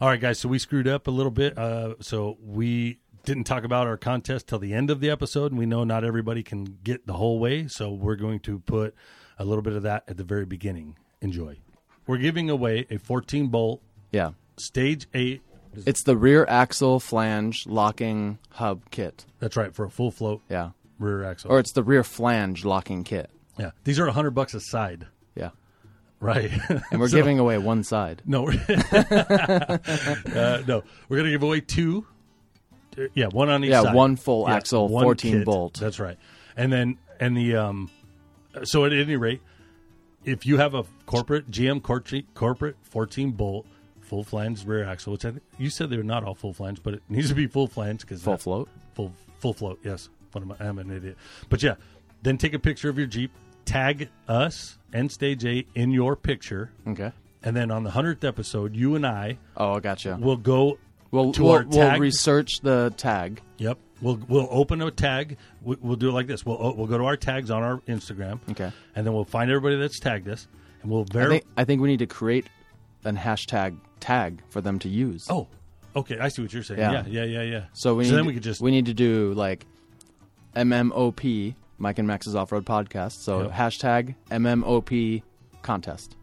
All right, guys. So we screwed up a little bit. Uh, so we didn't talk about our contest till the end of the episode, and we know not everybody can get the whole way. So we're going to put a little bit of that at the very beginning. Enjoy. We're giving away a 14 bolt Yeah. stage eight. It's the rear axle flange locking hub kit. That's right for a full float Yeah. rear axle. Or it's the rear flange locking kit. yeah, these are 100 bucks a side, Yeah. right? And we're So- giving away one side. No, we're- uh, no, we're gonna give away two. uh, Yeah, one on each. Yeah, side. one full axle, one 14 kit. bolt. That's right. And then and the um, so at any rate, if you have a corporate GM corporate corporate fourteen bolt full flange rear axle, which I think you said they're not all full flange, but it needs to be full flange because Full float. full full float. Yes, what am I, I'm an idiot. But yeah, then take a picture of your Jeep, tag us and Stage Eight in your picture. Okay. And then on the hundredth episode, you and I Oh, I gotcha. will go We'll, to we'll, our we'll tag. research the tag. yep, we'll we'll open a tag. We, we'll do it like this. We'll o- we'll go to our tags on our Instagram. Okay. and then we'll find everybody that's tagged us, and we'll I verify. think, I think we need to create an hashtag tag for them to use. Oh, okay, I see what you're saying. Yeah, Yeah. yeah, yeah, yeah. So we so need then to, we could just we need to do like MMOP Mike and Max's off road podcast. So Yep. hashtag MMOP contest.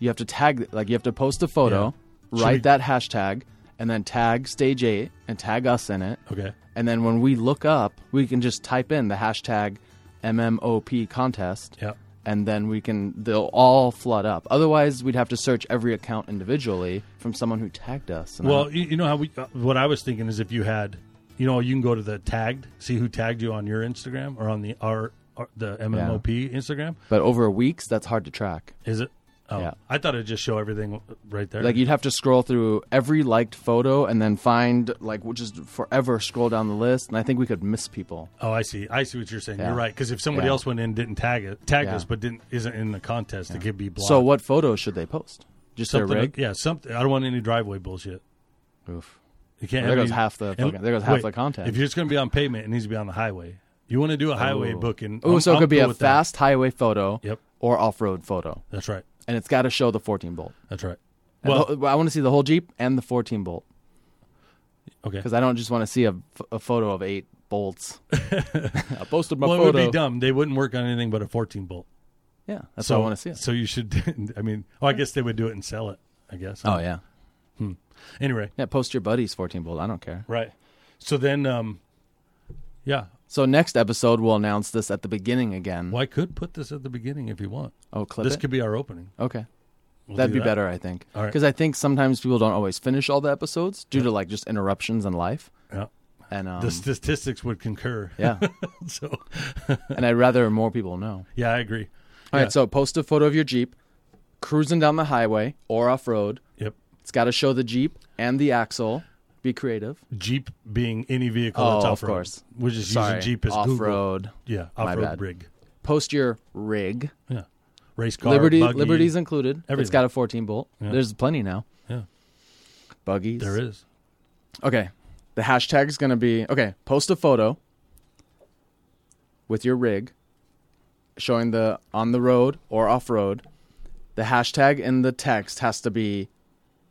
You have to tag like you have to post a photo, Yeah. Should write we- that hashtag, and then tag stage eight and tag us in it. okay. And then when we look up, we can just type in the hashtag MMOP contest. Yep. And then we can, they'll all flood up. Otherwise, we'd have to search every account individually from someone who tagged us. And I Well, you, you know how we. Uh, what I was thinking is if you had, you know, you can go to the tagged, see who tagged you on your Instagram or on the our, our the MMOP Instagram. But over weeks, that's hard to track. Is it? Oh, Yeah. I thought it'd just show everything right there. Like you'd have to scroll through every liked photo and then find like we'll just forever scroll down the list. And I think we could miss people. Oh, I see. I see what you're saying. Yeah. You're right. Because if somebody Yeah. else went in, didn't tag it, tagged Yeah. us, but didn't isn't in the contest, it could be blocked. So what photos should they post? Just something? their rig. Yeah, something. I don't want any driveway bullshit. Oof. You can't. have There goes any- half the and- fucking- there goes half the content. If you're just going to be on pavement, it needs to be on the highway. You want to do a highway booking? Oh, I'm- so it I'm could be cool a with that. fast highway photo Yep. or off road photo, That's right. and it's got to show the 14 bolt. That's right. And Well, the whole- I want to see the whole Jeep and the 14 bolt okay. because I don't just want to see a, ph- a photo of eight bolts. I posted my Well, it would photo. be dumb. They wouldn't work on anything but a 14 bolt. Yeah, that's so what I want to see. It. So you should. I mean, oh, I guess they would do it and sell it. I guess. Oh yeah, Anyway, yeah. Post your buddy's 14 bolt. I don't care. right. So then, um, yeah. So next episode, we'll announce this at the beginning again. Well, I could put this at the beginning if you want. Oh, clip This it? could be our opening. okay, We'll that'd do be that. better, I think. All right. Because I think sometimes people don't always finish all the episodes due to like just interruptions in life. Yeah. And um, the statistics would concur. yeah, so, and I'd rather more people know. yeah, I agree. All right, Yeah. so post a photo of your Jeep cruising down the highway or off road. Yep. It's got to show the Jeep and the axle. Be creative. Jeep being any vehicle that's Oh, off of course. We're just Sorry, using Jeep as off Google. road. Yeah, My off road bad. rig. Post your rig. Yeah. Race car. Liberty, buggy. Liberty's included. It's Everything. got a 14 bolt. Yeah. There's plenty now. Yeah. Buggies. There is. Okay. The hashtag's going to be okay, post a photo with your rig showing the on the road or off road. The hashtag in the text has to be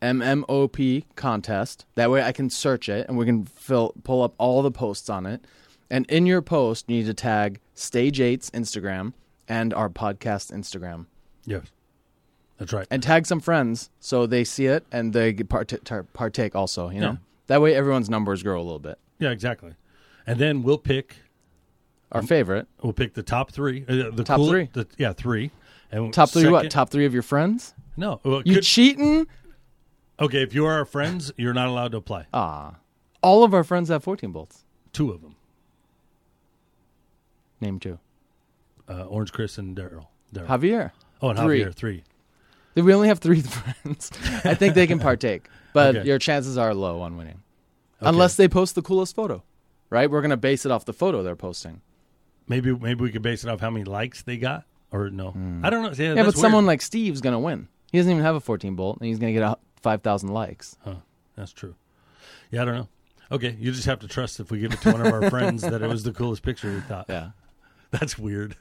MMOP contest. That way I can search it and we can fill pull up all the posts on it. And in your post, you need to tag Stage 8's Instagram and our podcast Instagram Yes. That's right. and tag some friends so they see it and they get part- tar- partake also, you know? Yeah. That way everyone's numbers grow a little bit. yeah, exactly. And then we'll pick Our favorite. we'll pick the top 3, uh, the Top cool- three. the, yeah, 3. And Top three what? second- Top three of your friends? No. Well, it You could- cheating? okay, if you are our friends, you're not allowed to apply. Ah. All of our friends have 14 bolts. Two of them. Name two. Uh, Orange Chris and Daryl. Daryl. Javier. Oh, and Three. Javier, 3. Then We only have three friends. I think they can partake, but Okay. your chances are low on winning. Unless they post the coolest photo, right? We're going to base it off the photo they're posting. Maybe maybe we could base it off how many likes they got or no. I don't know. Yeah, Yeah, that's but weird. someone like Steve's going to win. He doesn't even have a 14 bolt, and he's going to get a 5,000 likes. Oh. That's true. Yeah, I don't know. Okay, you just have to trust if we give it to one of our friends that it was the coolest picture we thought. Yeah. That's weird.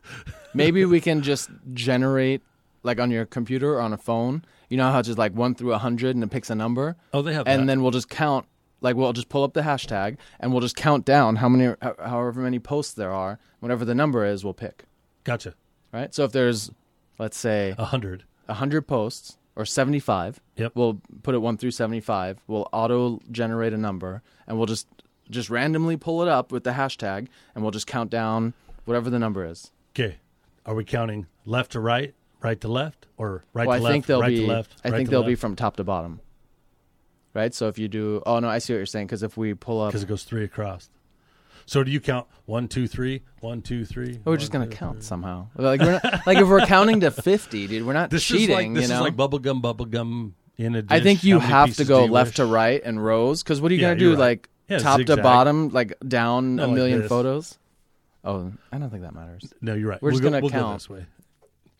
Maybe we can just generate like on your computer or on a phone. You know how it's just like one through a hundred and it picks a number, Oh, they have and that. then we'll just count. Like we'll just pull up the hashtag and we'll just count down how many, how- however many posts there are. Whatever the number is, we'll pick. gotcha. Right. So if there's, let's say, A hundred. hundred posts or seventy-five, Uh-huh. Yep. we'll put it one through seventy-five. We'll auto-generate a number, and we'll just just randomly pull it up with the hashtag, and we'll just count down whatever the number is. Okay. Are we counting left to right, right to left, or right well, to I left, think they'll right be. to left? I right think to they'll left? be from top to bottom. Right. So if you do, oh no, I see what you're saying. Because if we pull up, because it goes three across. So do you count one, two, three, one, two, three? Oh, we're just gonna count somehow. Like we're not, like if we're counting to fifty, dude, we're not This cheating. is like this you know. is like bubblegum, bubblegum in a dish. I think you How many have to pieces go do you left wish? to right and rows because what are you Yeah, gonna do? you're right. Like Yeah, top zigzag. to bottom, like down No, a like million this. photos? Oh, I don't think that matters. No, you're right. We're just We'll gonna go, we'll go count. this way.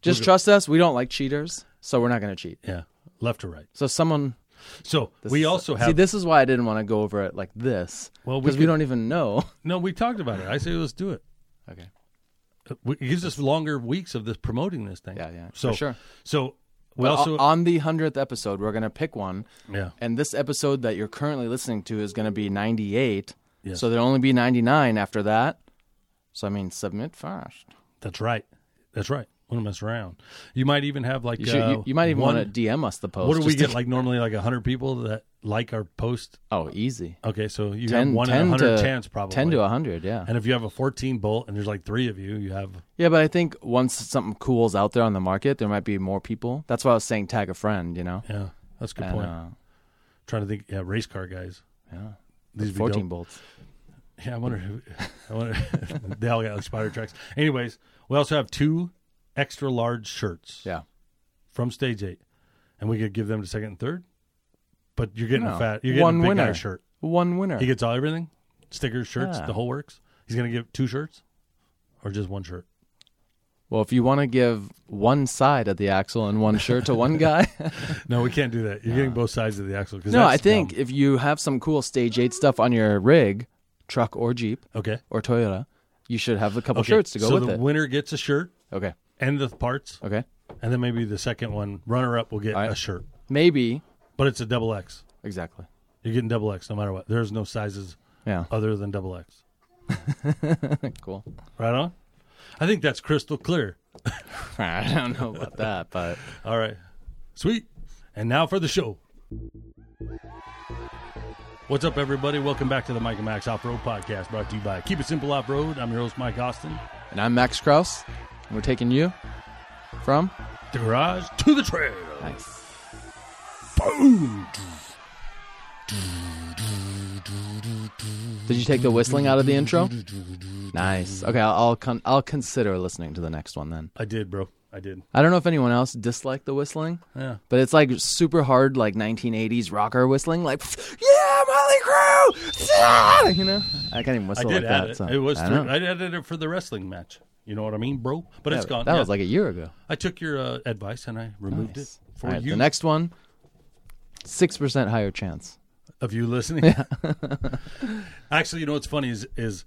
Just good. trust us. We don't like cheaters, so we're not gonna cheat. Yeah, left to right. So someone So this we is- also see. have. This is why I didn't want to go over it like this well, we, because could, we, don't even know. No, we talked about it. I say let's do it. okay. It gives us longer weeks of this promoting this thing. Yeah, yeah. So for sure. So we But also o- on the hundredth episode, we're gonna pick one, yeah. and this episode that you're currently listening to is gonna be ninety-eight. Yes. So there'll only be ninety-nine after that. So I mean, submit fast. That's right. That's right. Wouldn't mess around. You might even have like You, should, uh, you, you might even one- want to DM us the post. What do we just to- get? Like normally, like hundred people that like our post. Oh, easy. Okay, so you have 10, one in 10 hundred to- chance probably. 10 to 100, yeah. And if you have a fourteen bolt, and there's like three of you, you have Yeah, but I think once something cool's out there on the market, there might be more people. That's why I was saying tag a friend, you know? yeah. That's a good And, point. uh, Trying to think, yeah, race car guys. yeah. These would be 14 dope. bolts. Yeah, I wonder who. I wonder. they all got like spider tracks. Anyways, we also have two extra large shirts Yeah. from Stage Eight, and we could give them to second and third. But you're getting No. a fat. You're getting One a big guy winner. shirt. One winner. He gets all everything, stickers, shirts, Yeah. the whole works. He's gonna give two shirts, or just one shirt. well, if you want to give one side of the axle and one shirt to one guy. No, we can't do that. You're getting both sides of the axle. 'cause no, that's I think dumb. if you have some cool Stage 8 stuff on your rig, truck or Jeep okay. or Toyota, you should have a couple Okay, shirts to go so with the it. winner gets a shirt okay. and the parts, Okay. and then maybe the second one, runner up, will get All right. a shirt. Maybe. But it's a double X. Exactly. You're getting double X no matter what. There's no sizes Yeah. other than double X. cool. Right on. I think that's crystal clear. I don't know about that, but All right, sweet. And now for the show. What's up, everybody? Welcome back to the Mike and Max Off Road Podcast, brought to you by Keep It Simple Off Road. I'm your host, Mike Austin. And I'm Max Kraus, and we're taking you from The garage to the trail. nice. Boom. Did you take the whistling out of the intro? Nice. Okay, I'll I'll, con- I'll consider listening to the next one then. I did, bro. I did. I don't know if anyone else disliked the whistling, Yeah. but it's like super hard, like 1980s rocker whistling, like yeah, Molly Crew, yeah! you know. I can't even I whistle did like add that. it. so- It was. I through- know. I added it for the wrestling match. You know what I mean, bro? But it's gone. That Yeah. was like a year ago. I took your uh, advice and I removed Nice. it for All right, you The next one, six percent higher chance. of you listening. Actually, you know what's funny is is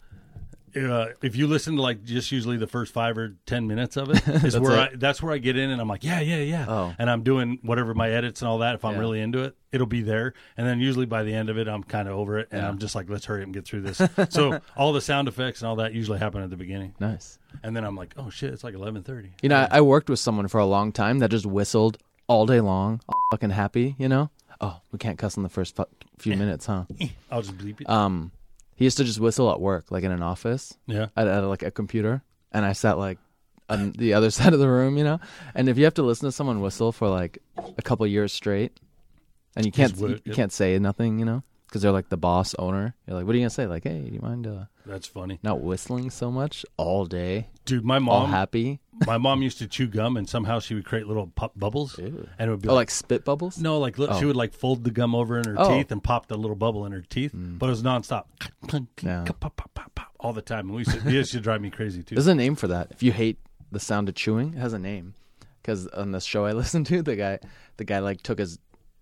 uh, if you listen to like just usually the first five or ten minutes of it is where it. I, that's where I get in and I'm like yeah yeah yeah Oh. and I'm doing whatever my edits and all that if I'm Yeah. really into it it'll be there and then usually by the end of it I'm kind of over it and I'm just like let's hurry up and get through this so all the sound effects and all that usually happen at the beginning Nice. and then I'm like oh shit it's like 11:30 You know, I, I worked with someone for a long time that just whistled all day long, all fucking happy, you know? Oh, we can't cuss in the first fu- few minutes, huh? I'll just bleep it Um, he used to just whistle at work, like in an office, yeah at, at like a computer, and I sat like on the other side of the room, you know? And if you have to listen to someone whistle for like a couple years straight, and you can't Just whi- you, you can't say nothing, you know? Because they're like the boss owner. You're like, what are you gonna say? Like, hey, do you mind uh, that's funny not whistling so much all day, dude my all mom happy? my mom used to chew gum and somehow she would create little pop bubbles and it would be Oh, like like spit bubbles? No, like li- she would like fold the gum over in her Oh. Mm. teeth and pop the little bubble in her teeth, but it was nonstop, Yeah. Pop, pop, pop, pop, all the time. And we used to, it used to drive me crazy too. There's a name for that. If you hate the sound of chewing, it has a name. Because on the show I listened to, the guy, the guy like took his,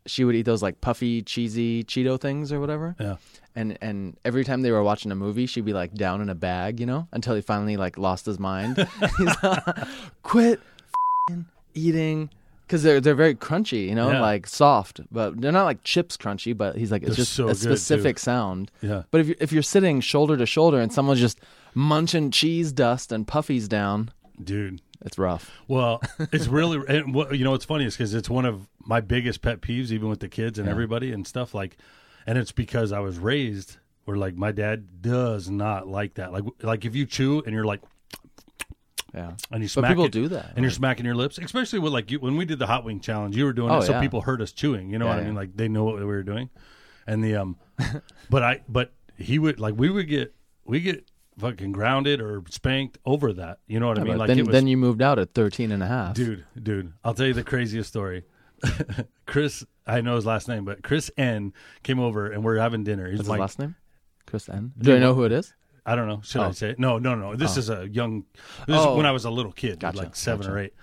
she would eat those like puffy, cheesy Cheeto things or whatever. Yeah. And and every time they were watching a movie, she'd be like down in a bag, you know, until he finally like lost his mind. He's like, quit fing eating because they're they're very crunchy, you know, Yeah. like soft, but they're not like chips crunchy. But he's like it's They're just so a good, too. specific sound. Yeah. But if you're, if you're sitting shoulder to shoulder and someone's just munching cheese dust and puffies down, dude. it's rough. Well, it's really, and what, you know, what's funny is because it's one of my biggest pet peeves, even with the kids and everybody and stuff. Like, and it's because I was raised where like my dad does not like that. Like, like if you chew and you're like, Yeah. and you But smack people it, do that. and you're smacking your lips, especially with like you, when we did the hot wing challenge, you were doing Oh, it, so yeah. people heard us chewing. You know Yeah, what I yeah. mean? Like they know what we were doing, and the um, but I but he would like we would get we get fucking grounded or spanked over that. You know what I mean? But Like then, it was, then you moved out at 13 and a half. dude, dude. I'll tell you the craziest story. Chris, I know his last name, but Chris N came over and we're having dinner. He's What's like, his last name? Chris N. Do I know who it is? I don't know. Should I Oh. say it? No, no, no. This is a young. This Oh. is when I was a little kid, Gotcha, like seven or eight,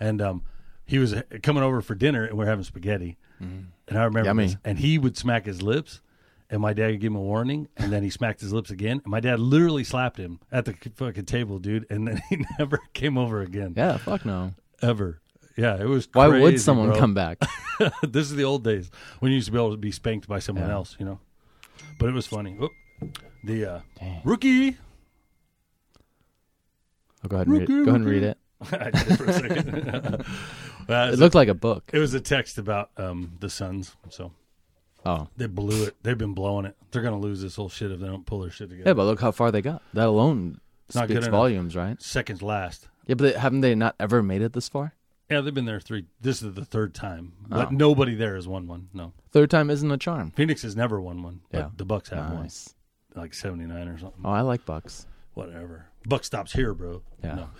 and um, he was uh, coming over for dinner, and we are having spaghetti, and I remember Mm. Yummy. this. And he would smack his lips, and my dad would give him a warning, and then he smacked his lips again, and my dad literally slapped him at the c- fucking table, dude, and then he never came over again, Yeah, fuck no. ever. Yeah, it was. Why would crazy, someone bro. come back? Oh, this is the old days when you used to be able to be spanked by someone else, you know. But it was funny. Oop. The uh, rookie. Oh, go ahead and read, Rookie, go ahead and rookie. read it. I did for a second. Uh, It looked like a book. it was a text about um, the Suns, so Oh. they blew it. They've been blowing it. They're gonna lose this whole shit if they don't pull their shit together. Yeah, but look how far they got. That alone Not good speaks enough. volumes, right? Seconds last. Yeah, but they, haven't they not ever made it this far? Yeah, they've been there three. This is the third time, Oh. but nobody there has won one. No, Third time isn't a charm. Phoenix has never won one. but Yeah. the Bucks have one, Nice. like seventy nine or something. Oh, I like Bucks. Whatever. Buck stops here, bro. Yeah. No.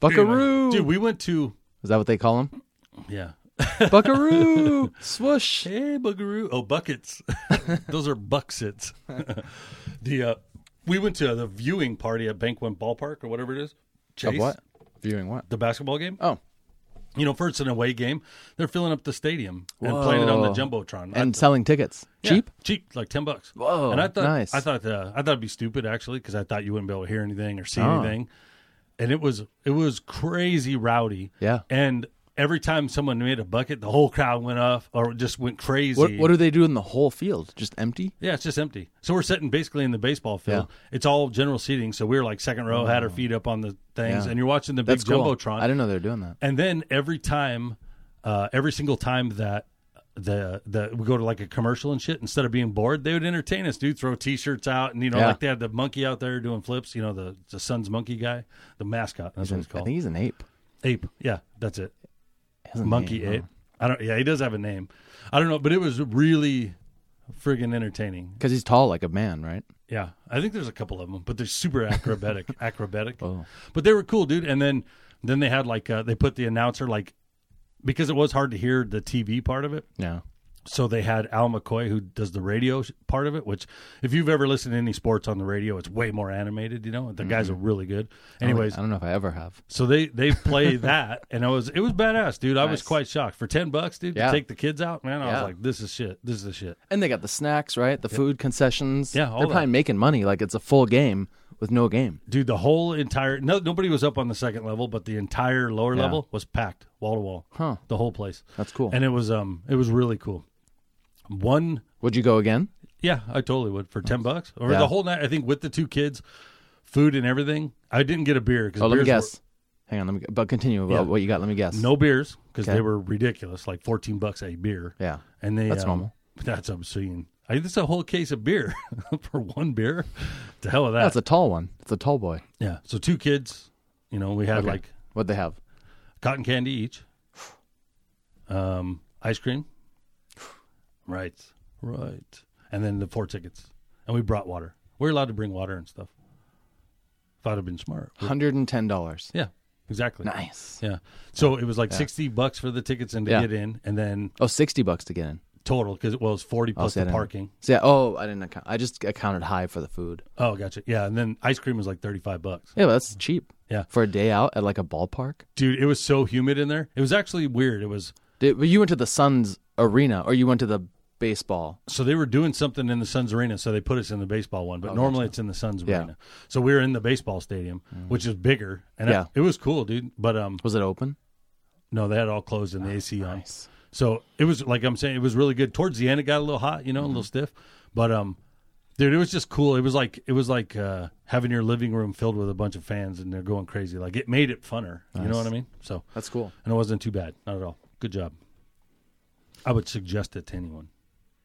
Buckaroo. dude. We went to Is that what they call him? yeah. Buckaroo. Swoosh. Hey, Buckaroo. Oh, buckets. Those are bucksits. the uh, we went to the viewing party at Bankwent Ballpark or whatever it is. Of Chase, what? Viewing what? The basketball game. Oh, You know, first an away game, they're filling up the stadium and playing it on the jumbotron. I- and selling tickets. yeah, Cheap? cheap, like ten bucks. Whoa, And I thought, nice. I thought, uh, I thought it'd be stupid actually because I thought you wouldn't be able to hear anything or see Oh. anything. And it was it was crazy rowdy. Yeah. And every time someone made a bucket, the whole crowd went off or just went crazy. What, what do they do in the whole field? Just empty? Yeah, it's just empty. So we're sitting basically in the baseball field. It's all general seating. So we were like second row, had our feet up on the things, Oh. Yeah. and you're watching the big That's cool. jumbotron. I didn't know they were doing that. and then every time, uh, every single time that the the we go to like a commercial and shit, instead of being bored, they would entertain us, dude. Throw T-shirts out, and you know, Yeah. like they had the monkey out there doing flips. You know, the the Suns monkey guy, the mascot. That's what it's I called. think he's an ape. Ape. Yeah, that's it. He has a Monkey name, huh? ape. I don't. Yeah, he does have a name. I don't know, but it was really friggin' entertaining. Because he's tall like a man, right? Yeah, I think there's a couple of them, but they're super acrobatic, acrobatic. Oh. But they were cool, dude. And then then they had like uh, they put the announcer like because it was hard to hear the TV part of it. Yeah. So they had Al McCoy who does the radio sh- part of it, which if you've ever listened to any sports on the radio, it's way more animated. You know, the guys Mm-hmm. are really good. Oh, Anyways, I don't know if I ever have. so they they play that, and I was it was badass, dude. I was Nice. quite shocked for ten bucks, dude. Yeah. To take the kids out, man. I was Yeah. like, this is shit. This is the shit. And they got the snacks, right? The food concessions. Yeah, all They're that. probably making money like it's a full game with no game. dude the whole entire no, nobody was up on the second level but the entire lower level was packed wall to wall Huh. the whole place That's cool. and it was um it was really cool one Would you go again? yeah i totally would for 10 bucks or Yeah. the whole night i think with the two kids food and everything i didn't get a beer because Oh, let me guess. Hang on, let me gu- but continue about what you got. Let me guess. no beers because Okay. they were ridiculous like 14 bucks a beer Yeah. and they That's um, normal. that's obscene I, this is a whole case of beer for one beer to hell with that That's a tall one. It's a tall boy. yeah so two kids you know we had Okay. like What'd they have? cotton candy each. Um, ice cream. Right. Right. And then the four tickets. And we brought water. We're allowed to bring water and stuff. If I'd have been smart. Hundred and ten dollars. Yeah, exactly. Nice. Yeah. So it was like 60 bucks for the tickets and to Yeah. get in and then Oh, 60 bucks to get in. total because well, it was 40 plus see, I the didn't- parking. Oh, So yeah, oh, I didn't account. I just accounted high for the food. Oh, gotcha. Yeah. And then ice cream was like 35 bucks. Yeah, but that's cheap. Yeah. For a day out at like a ballpark. Dude, it was so humid in there. It was actually weird. It was Did, but you went to the Suns arena or you went to the baseball. so they were doing something in the Suns arena, so they put us in the baseball one. But normally it's in the Suns Oh, Yeah. Mm. arena. So we were in the baseball stadium, which is bigger, and Yeah. it, it was cool, dude. But um, Was it open? No, they had it all closed and the AC on. nice. So it was like I'm saying, it was really good. Towards the end, it got a little hot, you know, a Mm-hmm. little stiff. But um, dude, it was just cool. It was like it was like uh, having your living room filled with a bunch of fans and they're going crazy. Like it made it funner. You know what I mean? So That's cool. and it wasn't too bad, not at all. Good job. I would suggest it to anyone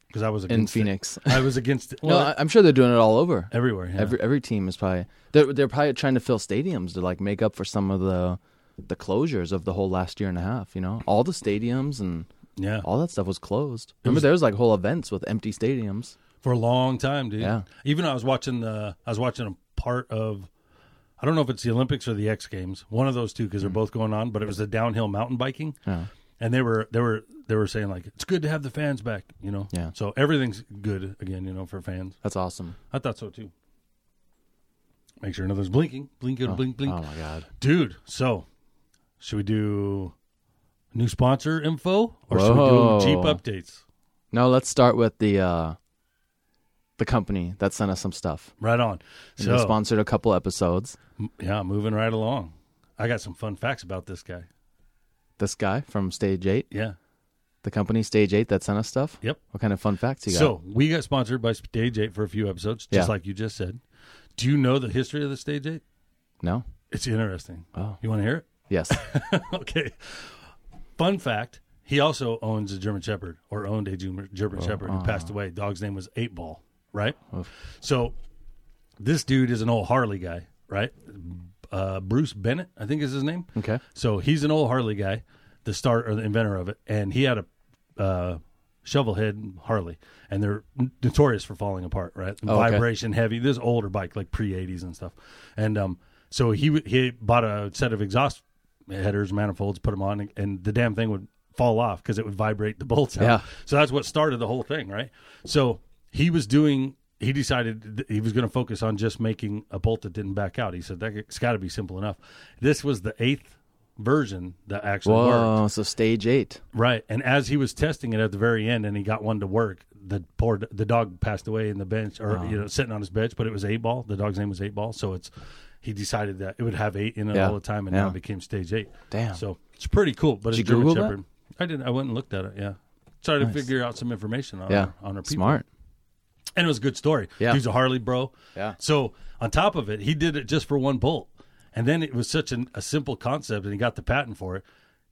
because I was In against it. Phoenix. I was against it. Well, no, I, I'm sure they're doing it all over. everywhere. Yeah. Every every team is probably they're they're probably trying to fill stadiums to like make up for some of the the closures of the whole last year and a half. You know, all the stadiums and yeah. all that stuff was closed. Remember, there was like whole events with empty stadiums. for a long time, dude. Yeah. Even I was watching the I was watching a part of I don't know if it's the Olympics or the X Games, one of those two because they're both going on. But it was the downhill mountain biking, Mm. Yeah. and they were they were they were saying like it's good to have the fans back, you know. Yeah. So everything's good again, you know, for fans. That's awesome. I thought so too. Make sure another's blinking, blink, oh, blink, blink, Oh my god. dude. So should we do new sponsor info or Whoa. should we do Jeep updates? No, let's start with the uh the company that sent us some stuff. Right on. And So They sponsored a couple episodes. M- Yeah, moving right along. I got some fun facts about this guy. This guy from Stage Eight, Yeah. the company Stage Eight that sent us stuff. Yep. What kind of fun facts you got? So we got sponsored by Stage 8 for a few episodes, just Yeah. like you just said. Do you know the history of the Stage 8? no. It's interesting. Oh. You want to hear Yes. it? okay. Fun fact he also owns a German Shepherd or owned a German Oh, German Shepherd uh-huh. who passed away. Dog's name was Eight Ball, right? So this dude is an old Harley guy, right? Uh, Bruce Bennett, I think is his name. Okay. So he's an old Harley guy, the start or the inventor of it, and he had a uh, shovel head Harley, and they're notorious for falling apart, right? okay. Vibration heavy. This older bike, like pre '80s and stuff, and um, so he w- he bought a set of exhaust headers, manifolds, put them on, and, and the damn thing would fall off because it would vibrate the bolts out. Yeah. So that's what started the whole thing, right? So he was doing. He decided th- he was going to focus on just making a bolt that didn't back out. He said that's got to be simple enough. This was the eighth version that actually worked, Whoa. So Stage Eight. right? And as he was testing it at the very end, and he got one to work, the poor d- the dog passed away in the bench, Uh-huh. or you know, sitting on his bench. But it was eight ball. The dog's name was eight ball, so it's he decided that it would have eight in it Yeah. all the time, and now Yeah. it became stage eight. Damn. So it's pretty cool. But it's Did you German Google that? Shepherd. I didn't. I went and looked at it. Yeah, tried to figure out some information on Yeah. her, on her people. Smart. And it was a good story. Yeah. He's a Harley bro. Yeah. So on top of it, he did it just for one bolt. And then it was such an, a simple concept and he got the patent for it.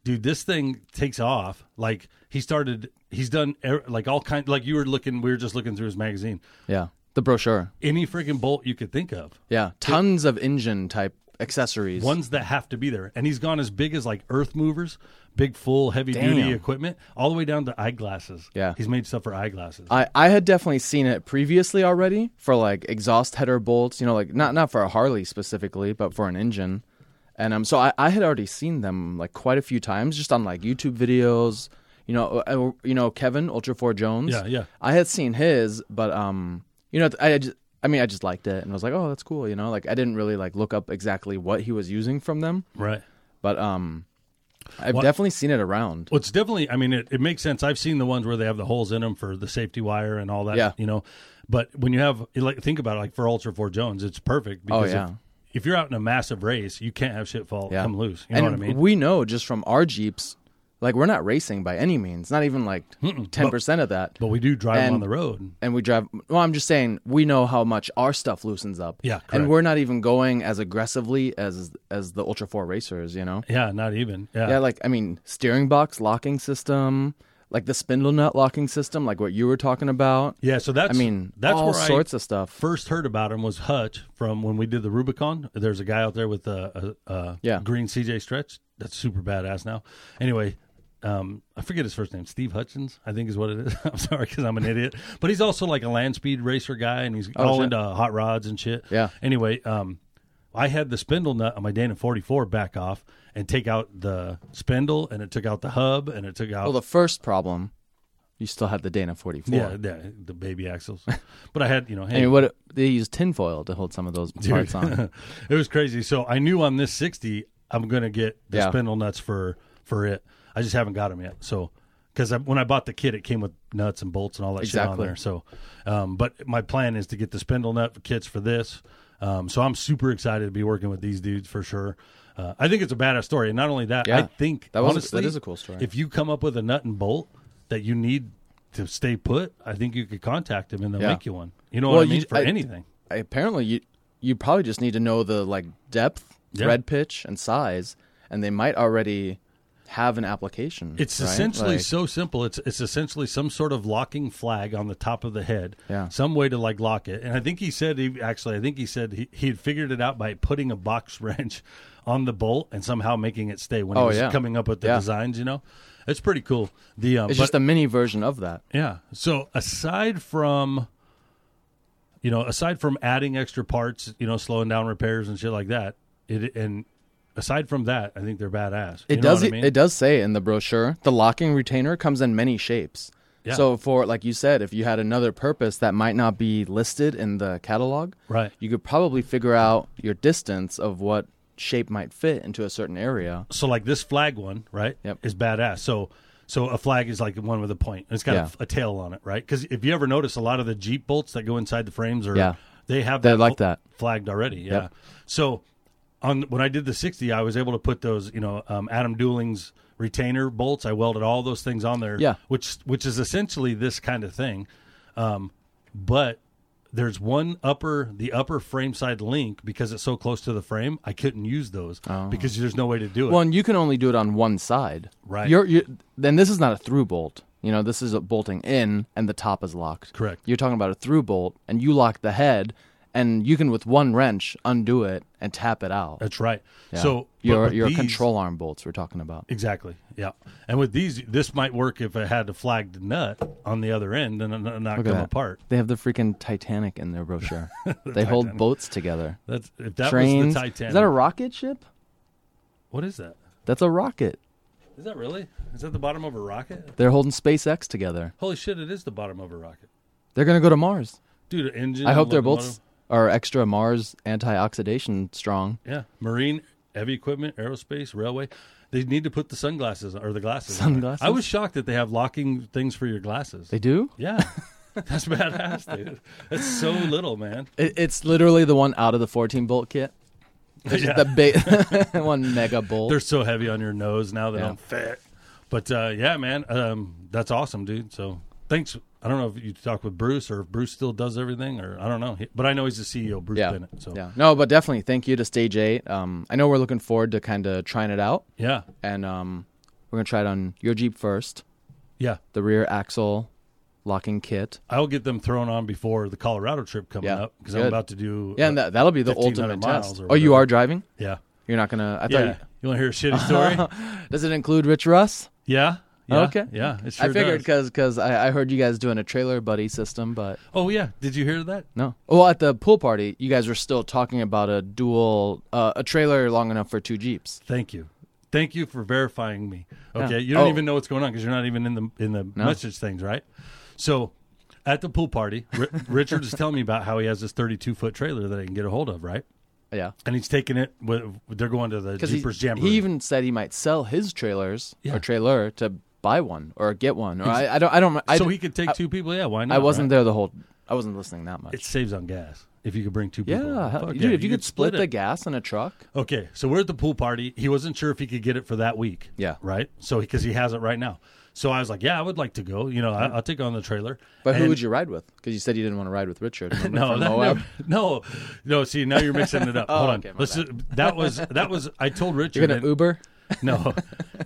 Dude, this thing takes off. Like he started, he's done er, like all kind, like you were looking, we were just looking through his magazine. Yeah. The brochure. Any freaking bolt you could think of. Yeah. Tons of engine type accessories. Ones that have to be there. And he's gone as big as like earth movers, big, full, heavy duty Damn. equipment, all the way down to eyeglasses. Yeah. Uh, He's made stuff for eyeglasses. I, I had definitely seen it previously already for like exhaust header bolts, you know, like not not for a Harley specifically, but for an engine. And um, so I, I had already seen them like quite a few times, just on like YouTube videos. You know, uh, you know Kevin Ultra Four Jones. Yeah, yeah. I had seen his, but um, you know, I just, I mean, I just liked it and was like, oh, that's cool. You know, like I didn't really like look up exactly what he was using from them, right. but um, I've definitely seen it around. Well, it's definitely. I mean, it, it makes sense. I've seen the ones where they have the holes in them for the safety wire and all that. Yeah. You know, but when you have like think about it, like for Ultra Four Jones, it's perfect because Oh, yeah. if, if you're out in a massive race, you can't have shit fall Yeah. come loose. You and know what I mean? We know just from our Jeeps, like we're not racing by any means, not even like 10% of that. but we do drive and- on the road. and we drive. Well, I'm just saying we know how much our stuff loosens up. Yeah, correct. and we're not even going as aggressively as as the Ultra Four racers. You know, Yeah, not even. Yeah. yeah, like I mean, steering box locking system, like the spindle nut locking system, like what you were talking about. Yeah, so that's I mean, that's all where I- sorts of stuff. first heard about him was Hutch from when we did the Rubicon. There's a guy out there with a, a, a Yeah. green CJ stretch that's super badass now. Anyway, um, I forget his first name. Steve Hutchins, I think, is what it is. I'm sorry because I'm an idiot, but he's also like a land speed racer guy, and he's all shit. into hot rods and shit. Oh, Yeah. Anyway, um, I had the spindle nut on my Dana 44 back off and take out the spindle, and it took out the hub, and it took out Well, Oh, the first problem, you still had the Dana 44. yeah, yeah, the baby axles. but I had you know, hey, I mean, what they use tinfoil to hold some of those parts on. it was crazy. So I knew on this 60, I'm going to get the Yeah. spindle nuts for for it. I just haven't got them yet. So because when I bought the kit, it came with nuts and bolts and all that shit on Exactly. there. So, um, but my plan is to get the spindle nut kits for this. Um, so I'm super excited to be working with these dudes for sure. Uh, I think it's a badass story, and not only that, I Yeah. think That was a- honestly, that is a cool story. If you come up with a nut and bolt that you need to stay put, I think you could contact him and they'll Yeah. make you one. You know Well, what I mean you- for I- anything. I- apparently you you probably just need to know the like depth, Yeah. thread pitch, and size, and they might already have an application. It's right? essentially Like, so simple. It's it's essentially some sort of locking flag on the top of the head. Yeah. Some way to like lock it. And I think he said he actually I think he said he, he had figured it out by putting a box wrench on the bolt and somehow making it stay when he Oh, was yeah. coming up with the Yeah. designs, you know. It's pretty cool. The um, it's but- just a mini version of that. yeah. So aside from you know, aside from adding extra parts, you know, slowing down repairs and shit like that, it and aside from that, I think they're badass. You It know does. what I mean? It does say in the brochure the locking retainer comes in many shapes. Yeah. So for like you said, if you had another purpose that might not be listed in the catalog, Right. You could probably figure out your distance of what shape might fit into a certain area. so like this flag one, right? Yep. Is badass. So so a flag is like one with a point. It's got Yeah. a, a tail on it, right? Because if you ever notice, a lot of the Jeep bolts that go inside the frames are Yeah. they have They're like fl- that. flagged already. Yeah. Yep. So on when I did the sixty, I was able to put those you know um, Adam Dooling's retainer bolts. I welded all those things on there. Yeah. Which which is essentially this kind of thing, um, but. There's one upper, the upper frame side link because it's so close to the frame. I couldn't use those Oh. because there's no way to do it. Well, and you can only do it on one side. Right. You're, you're, then this is not a through bolt. You know, this is a bolting in, and the top is locked. Correct. You're talking about a through bolt, and you lock the head, and you can with one wrench undo it and tap it out. That's right. Yeah. Uh, So your but with your these- control arm bolts we're talking about. exactly, yeah. And with these, this might work if I had a flagged nut on the other end and n- knock Look them at that. apart. They have the freaking Titanic in their brochure. they hold boats together. That's if that Trains. was the Titanic. Is that a rocket ship? what is that? That's a rocket. Is that really? Is that the bottom of a rocket? They're holding SpaceX together. Holy shit! It is the bottom of a rocket, They're gonna go to Mars. dude. an Engine. I hope a they're locomotive- both are extra Mars antioxidation strong. Yeah, marine, heavy equipment, aerospace, railway. They need to put the sunglasses or the glasses. on. Sunglasses? I was shocked that they have locking things for your glasses. They do. yeah, that's badass, dude. That's so little, man. It, it's literally the one out of the 14 bolt kit. It's Yeah. just the big one mega bolt. they're so heavy on your nose now that Yeah. I'm fat. But uh, yeah, man, um, that's awesome, dude. So thanks. I don't know if you talk with Bruce or if Bruce still does everything, or I don't know. But I know he's the CEO, Bruce yeah. Bennett. So yeah, yeah. No, but definitely thank you to Stage 8. Um, I know we're looking forward to kind of trying it out. yeah, And um, we're going to try it on your Jeep first, the rear axle locking kit. I'll get them thrown on before the Colorado trip coming Yeah, up because I'm good. about to do. Yeah, and uh, that, that'll be the 1500 ultimate miles test. or Oh, you whatever. are driving? yeah, You're not going to. I thought. yeah. You want to hear a shitty story? You, does it include Rich Russ? yeah, yeah, Okay. yeah. It sure I figured does. because I, I heard you guys doing a trailer buddy system, but Oh yeah, did you hear that? No. Well, at the pool party, you guys were still talking about a dual, uh, a trailer long enough for two jeeps. Thank you. Thank you for verifying me. Okay, Yeah. you don't Oh. even know what's going on because you're not even in the in the message things, right? So, at the pool party, R- Richard is telling me about how he has this 32 foot trailer that I can get a hold of, right? Yeah. And he's taking it. With, they're going to the Because he, Jeepers Jamboree. he even said he might sell his trailers Yeah. or trailer to buy one or get one. Or I, I don't. I don't. I, so d- he could take two people. Yeah, why not? I wasn't right? there the whole. I wasn't listening that much. It saves on gas if you could bring two people. yeah, hell, Fuck dude. if you could split, the gas in a truck, Okay, so we're at the pool party. He wasn't sure if he could get it for that week. Yeah. Right? So, because he has it right now. So I was like, yeah, I would like to go. You know, I, I'll take on the trailer. but who And- would you ride with? Because you said you didn't want to ride with Richard. remember, No, from that Moab. never, no, no. See, now you're mixing it up. Hold on. okay, my Let's- that was that was. I told Richard. you're gonna that- Uber. no,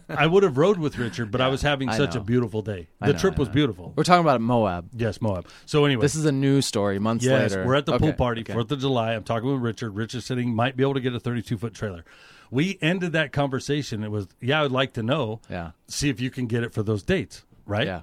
I would have rode with Richard, but I was having I such a know. beautiful day. The know, trip I was beautiful. We're talking about Moab. Yes, Moab. So anyway, This is a new story. Months yes, later, we're at the pool Okay, party, okay. Fourth of July. I'm talking with Richard. Richard's sitting might be able to get a 32 foot trailer. We ended that conversation. It was yeah, I would like to know. Yeah. see if you can get it for those dates, right? Yeah.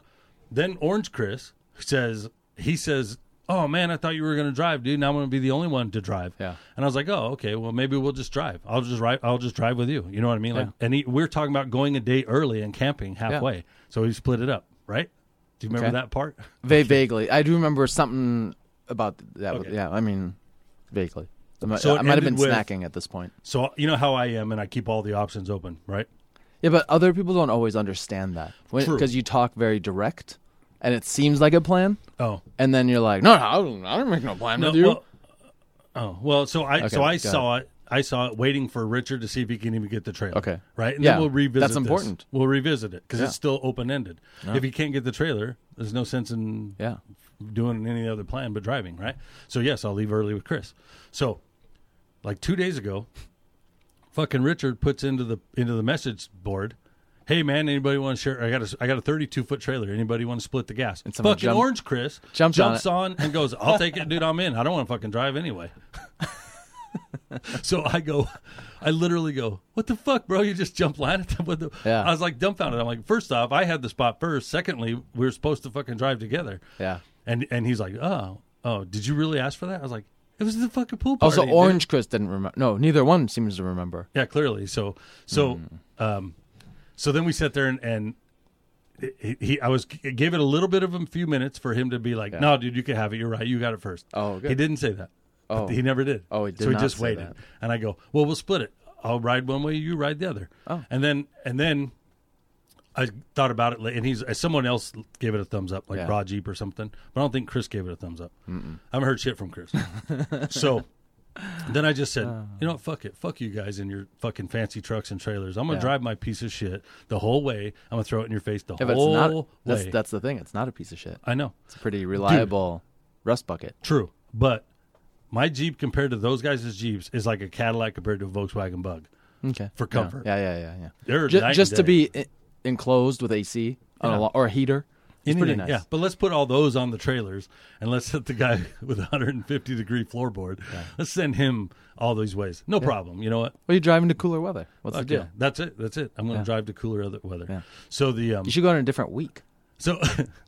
Then Orange Chris says he says, "Oh man, I thought you were going to drive, dude. Now I'm going to be the only one to drive." Yeah. And I was like, "Oh, okay. Well, maybe we'll just drive. I'll just ride. I'll just drive with you. You know what I mean? Like, and he, we're talking about going a day early and camping halfway. So we split it up, right? Do you remember Okay. that part? Va- Vaguely, I do remember something about that. was- Okay. Yeah, I mean, vaguely. I might, So it I might have been ended with- snacking at this point. So you know how I am, and I keep all the options open, right? Yeah, but other people don't always understand that True. because you talk very direct, and it seems like a plan, Oh, and then you're like, "No, no I don't, I don't make no plan No, with you." well- oh well. So I so go I ahead. saw it. I saw it waiting for Richard to see if he can even get the trailer. Okay. Right? And Yeah, then we'll revisit that's this. important. We'll revisit it because Yeah. it's still open ended. If he can't get the trailer, there's no sense in Yeah. doing any other plan but driving, right? So yes, I'll leave early with Chris. So like two days ago, fucking Richard puts into the into the message board, "Hey man, anybody want to share? I got a I got a 32 foot trailer. Anybody want to split the gas?" And someone fucking jump- orange Chris jumps on on, and goes, "I'll take it, dude. I'm in. I don't want to fucking drive anyway." so I go, I literally go, "What the fuck, bro? You just jumped line at them with the?" Yeah. I was like dumbfounded. I'm like, first off, I had the spot first. Secondly, we were supposed to fucking drive together. Yeah. And and he's like, oh, oh, did you really ask for that? I was like, it was the fucking pool party. Also, dude." Oh, Orange Chris didn't remember. No, neither one seems to remember. Yeah, clearly. So so Hmm. um, so then we sat there and. and he, he, I was I gave it a little bit of a few minutes for him to be like, "No, dude, you can have it. You're right. You got it first. Oh, good. he didn't say that. Oh. he never did. Oh, he did So he not just say waited. that. And I go, "Well, we'll split it. I'll ride one way, you ride the other." Oh. and then and then I thought about it, la- and he's someone else gave it a thumbs up, like Yeah. Raw Jeep or something. But I don't think Chris gave it a thumbs up. I haven't heard shit from Chris. so then I just said, Uh. you know what, fuck it, fuck you guys in your fucking fancy trucks and trailers. I'm gonna Yeah. drive my piece of shit the whole way. I'm gonna throw it in your face the Yeah, but it's whole not. way. That's, that's the thing. It's not a piece of shit. I know, It's a pretty reliable rust bucket. true, but my Jeep compared to those guys' Jeeps is like a Cadillac compared to a Volkswagen Bug. Okay. For Yeah. comfort. Yeah, yeah, yeah, yeah. They're Ju- night and just day. to be en- enclosed with AC on Yeah. a lo- or a heater. It's pretty Anything, nice. Yeah, but let's put all those on the trailers and let's hit the guy with a 150 degree floorboard. Let's send him all these ways. No problem. You know what? Well, you're driving to cooler weather. What's Fuck the deal? yeah. That's it. That's it. I'm going to Yeah. drive to cooler other weather. Yeah. So the um, You should go on a different week. so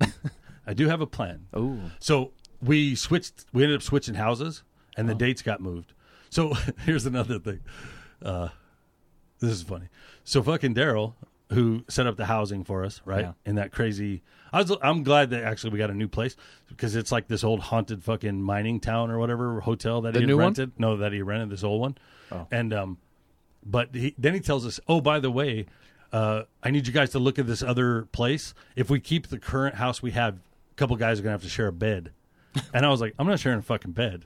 I do have a plan. Oh, So we switched. We ended up switching houses, and Oh. the dates got moved. So here's another thing. Uh, this is funny. So fucking Daryl, who set up the housing for us, right? Yeah. In that crazy. I was. I'm glad that actually we got a new place because it's like this old haunted fucking mining town or whatever hotel that The he had new one? rented. No, that he rented this old one. Oh. And um, but he, then he tells us, "Oh, by the way, uh, I need you guys to look at this other place. If we keep the current house we have, a couple guys are gonna have to share a bed." And I was like, "I'm not sharing a fucking bed."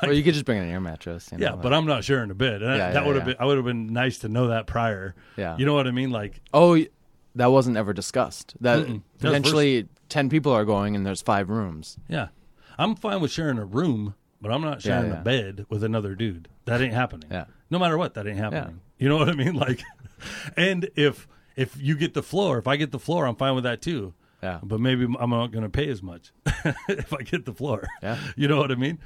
well, you could just bring in your mattress. You know, yeah, but I'm not sharing a bed. And I- Yeah, that yeah, would have yeah. been I would have been nice to know that prior. Yeah. you know what I mean? Like, oh, y- that wasn't ever discussed. That Mm-mm. That was potentially ten people are going and there's five rooms. yeah, I'm fine with sharing a room, but I'm not Yeah, sharing yeah. a bed with another dude. That ain't happening. Yeah. no matter what, that ain't happening. You know what I mean? Like, and if if you get the floor, if I get the floor, I'm fine with that too. Yeah. but maybe I'm not going to pay as much if I get the floor. Yeah. You know what I mean?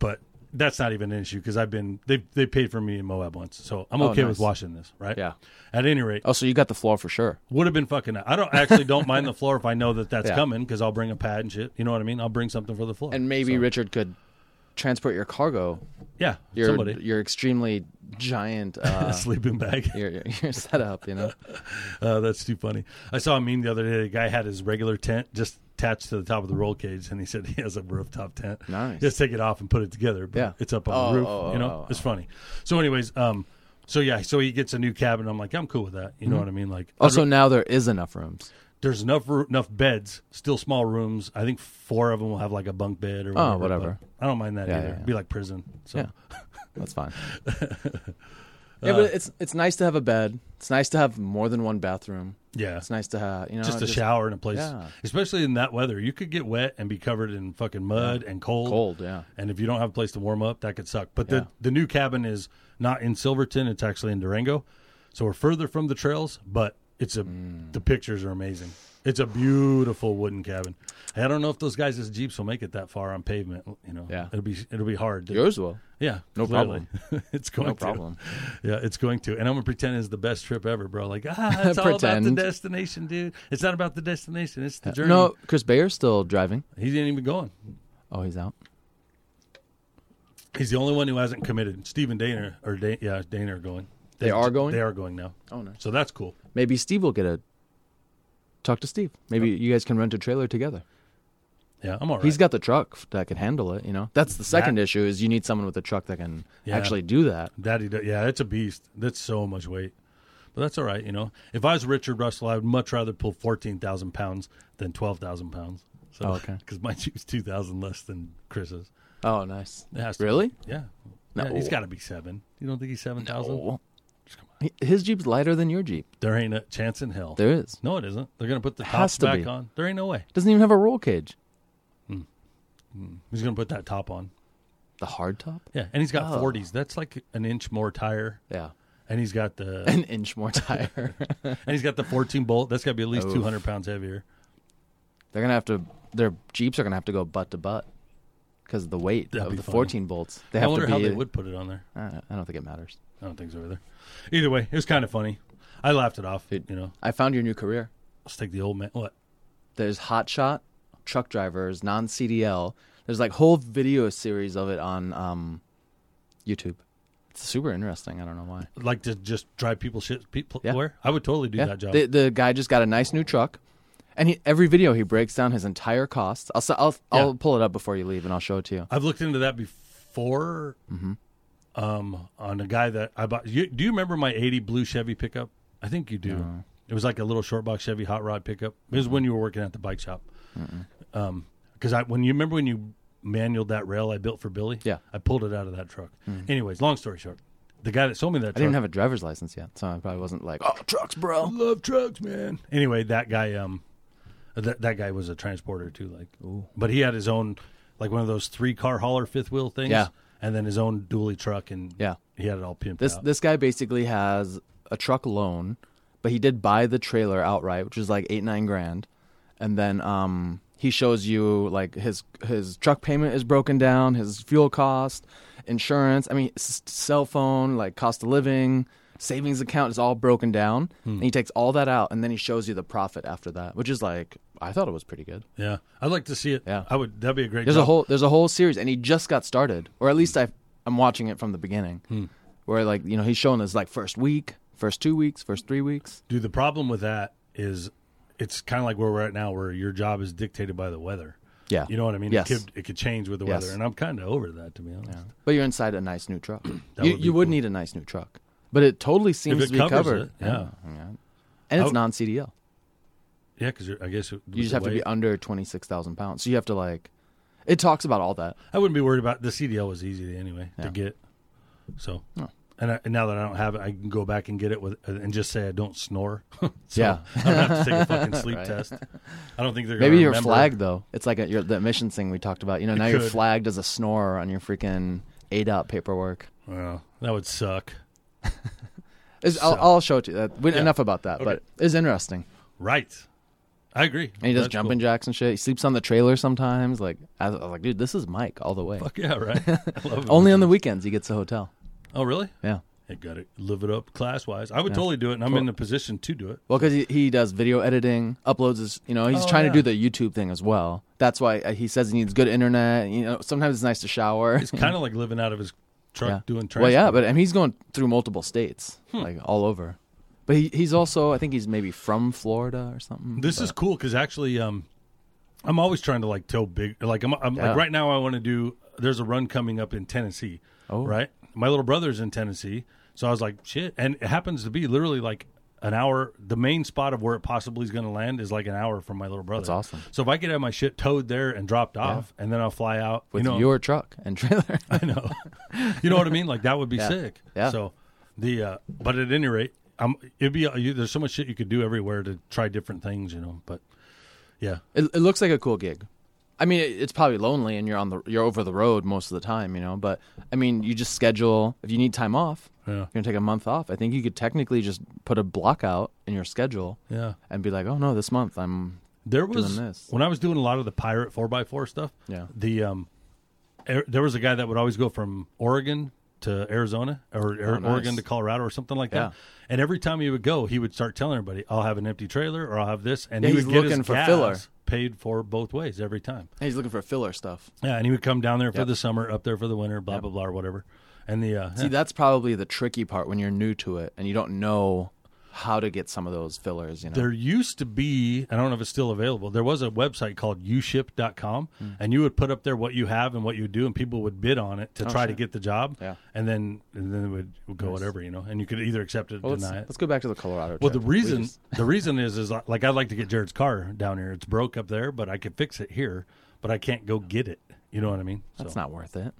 But that's not even an issue because I've been they they paid for me in Moab once, so I'm Oh, okay nice. with washing this, right? Yeah. At any rate, Oh, so you got the floor for sure. would have been fucking. I don't actually don't mind the floor if I know that that's Yeah. coming because I'll bring a pad and shit. You know what I mean? I'll bring something for the floor. And maybe So, Richard could transport your cargo, yeah, your somebody your extremely giant uh, a sleeping bag. your, your your setup. You know, Uh, that's too funny. I saw a meme the other day. The guy had his regular tent just attached to the top of the roll cage, and he said he has a rooftop tent. Nice. Just take it off and put it together. But Yeah. It's up on Oh, the roof. oh, oh, you know, oh, it's funny. So, anyways, um, so yeah, so he gets a new cabin. I'm like, I'm cool with that. You Mm-hmm. know what I mean? Like, I'd also now there is enough rooms. there's enough roo- enough beds, still small rooms. I think four of them will have like a bunk bed or whatever. Oh, whatever. but I don't mind that Yeah, either. yeah, yeah. It'd be like prison. So Yeah. That's fine. yeah, Uh, but it's it's nice to have a bed. It's nice to have more than one bathroom. yeah, It's nice to have you know just a shower and a place, Uh, yeah. especially in that weather. You could get wet and be covered in fucking mud and cold. Cold, yeah. And if you don't have a place to warm up, that could suck. But Yeah. the the new cabin is not in Silverton; it's actually in Durango, so we're further from the trails. But it's a Mm. the pictures are amazing. It's a beautiful wooden cabin. And I don't know if those guys' jeeps will make it that far on pavement. You know, Yeah. it'll be it'll be hard. to- Yours will. yeah, No problem. it's going No to. problem. Yeah, it's going to. And I'm gonna pretend it's the best trip ever, bro. Like, ah, it's all about the Pretend. Uh, destination, dude. It's not about the destination. It's the journey. No, Chris Bayer's still driving. he didn't even going. Oh, he's out. He's the only one who hasn't committed. Steve and Dana or da- yeah, Dana are going. They are going? They are going now. Oh nice. So that's cool. Maybe Steve will get a talk to Steve. Maybe you guys can rent a trailer together. Yeah, I'm all Oh. right. He's got the truck f- that can handle it. You know, that's the second That- issue is you need someone with a truck that can Yeah. actually do that. Daddy, do- yeah, it's a beast. That's so much weight, but that's all right. You know, if I was Richard Russell, I would much rather pull fourteen thousand pounds than twelve thousand pounds. So, Oh, okay. Because my jeep's two thousand less than Chris's. Oh, nice. It has to be. Really? Yeah. No, Yeah, he's got to be seven. You don't think he's seven thousand? No. He- His Jeep's lighter than your Jeep. There ain't a chance in hell. There is. no, it isn't. They're gonna put the Has tops to back be. on. There ain't no way. Doesn't even have a roll cage. He's gonna put that top on. The hard top? Yeah, and he's got Oh. forties. That's like an inch more tire, Yeah. and he's got the An inch more tire. and he's got the fourteen bolt. That's got to be at least Oof. two hundred pounds heavier. They're gonna have to. Their Jeeps are gonna have to go butt to butt because of the weight That'd of be the funny. 14 bolts. They I have wonder to be. how they would put it on there. I I don't think it matters. I don't think so either. Either way, it was kind of funny. I laughed it off. you know, I found your new career. let's take the old man. What? There's hotshot truck drivers, non CDL. There's like whole video series of it on um, YouTube. It's super interesting. I don't know why. Like to just drive people shit? People Yeah. where? I would totally do Yeah. that job. The, the guy just got a nice new truck, and he, every video he breaks down his entire costs. I'll s- I'll, I'll pull it up before you leave, and I'll show it to you. I've looked into that before. Mm-hmm. Um, on a guy that I bought. You, do you remember my '80 blue Chevy pickup? I think you do. It was like a little short box Chevy hot rod pickup. It was when you were working at the bike shop. Um, because I when you remember when you manualed that rail I built for Billy. Yeah. Mm-hmm. I pulled it out of that truck. Anyways, long story short, the guy that sold me that I truck, didn't have a driver's license yet, so I probably wasn't like, oh, trucks, bro. love trucks, man. Anyway, that guy, um, that that guy was a transporter too. Like, but he had his own, like one of those three car hauler fifth wheel things. Yeah. And then his own dually truck, and Yeah. he had it all pimped This out. this guy basically has a truck loan, but he did buy the trailer outright, which is like eight nine grand, and then um he shows you like his his truck payment is broken down, his fuel cost, insurance. I mean, s- cell phone, like cost of living, savings account is all broken down, and he takes all that out, and then he shows you the profit after that, which is like I thought it was pretty good. yeah, I'd like to see it. Yeah. I would. That'd be a great. There's job. a whole there's a whole series, and he just got started, or at least I I'm watching it from the beginning, where like you know he's showing us like first week, first two weeks, first three weeks. Dude, the problem with that is it's kind of like where we're at now, where your job is dictated by the weather. Yeah. You know what I mean? Yes. It could, it could change with the Yes. weather, and I'm kind of over that to be honest. But you're inside a nice new truck. you That would be you would cool. need a nice new truck, but it totally seems it to be covers covered. it, yeah. and it's How- non CDL. Yeah, because I guess it, You just have to be under twenty six thousand pounds, so you have to like. It talks about all that. I wouldn't be worried about the CDL was easy anyway to Yeah. get. So, Oh. and, I, and now that I don't have it, I can go back and get it with uh, and just say I don't snore. so Yeah. I don't have to take a fucking sleep Right. test. I don't think they're gonna Maybe you're remember. flagged though. It's like a, your, the emissions thing we talked about. You know, now you're could. flagged as a snorer on your freaking ADOT paperwork. Well, that would suck. It's, I'll, So- I'll show it to you. That, we, Yeah. Enough about that, but Okay. it's interesting. Right, I agree. And he does That's jumping cool. jacks and shit. He sleeps on the trailer sometimes. Like I was I was like, dude, this is Mike all the way. Fuck yeah, right. I love it. Only on the weekends he gets a hotel. Oh, really? Yeah. I got to live it up class wise. I would totally do it, and I'm in the position to do it. Well, because he, he does video editing, uploads his, you know, he's Oh, trying yeah. to do the YouTube thing as well. That's why uh, he says he needs good internet. You know, sometimes it's nice to shower. It's kind of like living out of his truck yeah. doing well, transport. Hmm. yeah, but I mean, he's going through multiple states, like all over. But he, he's also, I think he's maybe from Florida or something. This is cool because actually, um, I'm always trying to like tow big. Like I'm, I'm Yeah. like right now, I want to do. There's a run coming up in Tennessee. Oh. right. My little brother's in Tennessee, so I was like, shit. And it happens to be literally like an hour. The main spot of where it possibly is going to land is like an hour from my little brother. That's awesome. So if I could have my shit towed there and dropped off, and then I'll fly out with you know, your truck and trailer. I know. you know what I mean? Like that would be Yeah. sick. Yeah. So the uh, but at any rate, um, it'd be you, there's so much shit you could do everywhere to try different things, you know. But yeah, It, it looks like a cool gig. I mean, it, it's probably lonely, and you're on the you're over the road most of the time, you know. But I mean, you just schedule if you need time off. Yeah. You're gonna take a month off. I think you could technically just put a block out in your schedule yeah. and be like, oh no, this month I'm There was this. when I was doing a lot of the pirate four x four stuff. Yeah. The um, er, there was a guy that would always go from Oregon to Arizona or Ar- Oh, nice. Oregon to Colorado or something like Yeah. that. And every time he would go, he would start telling everybody, "I'll have an empty trailer or I'll have this," and Yeah, he he's would get his looking for gas filler. paid for both ways every time. hey, he's looking for filler stuff. Yeah, and he would come down there for Yep. the summer, up there for the winter, blah blah blah, or whatever. And the uh, See, that's probably the tricky part when you're new to it and you don't know how to get some of those fillers. You know, there used to be, I don't know if it's still available. There was a website called uship.com, and you would put up there what you have and what you do, and people would bid on it to try to get the job. Yeah. and then and then it would, would go whatever you know, and you could either accept it, Well, or let's, deny it. let's go back to the Colorado. Well, the trip. We reason just- the reason is is like I'd like to get Jared's car down here. It's broke up there, but I could fix it here, but I can't go get it. You know what I mean? that's not worth it.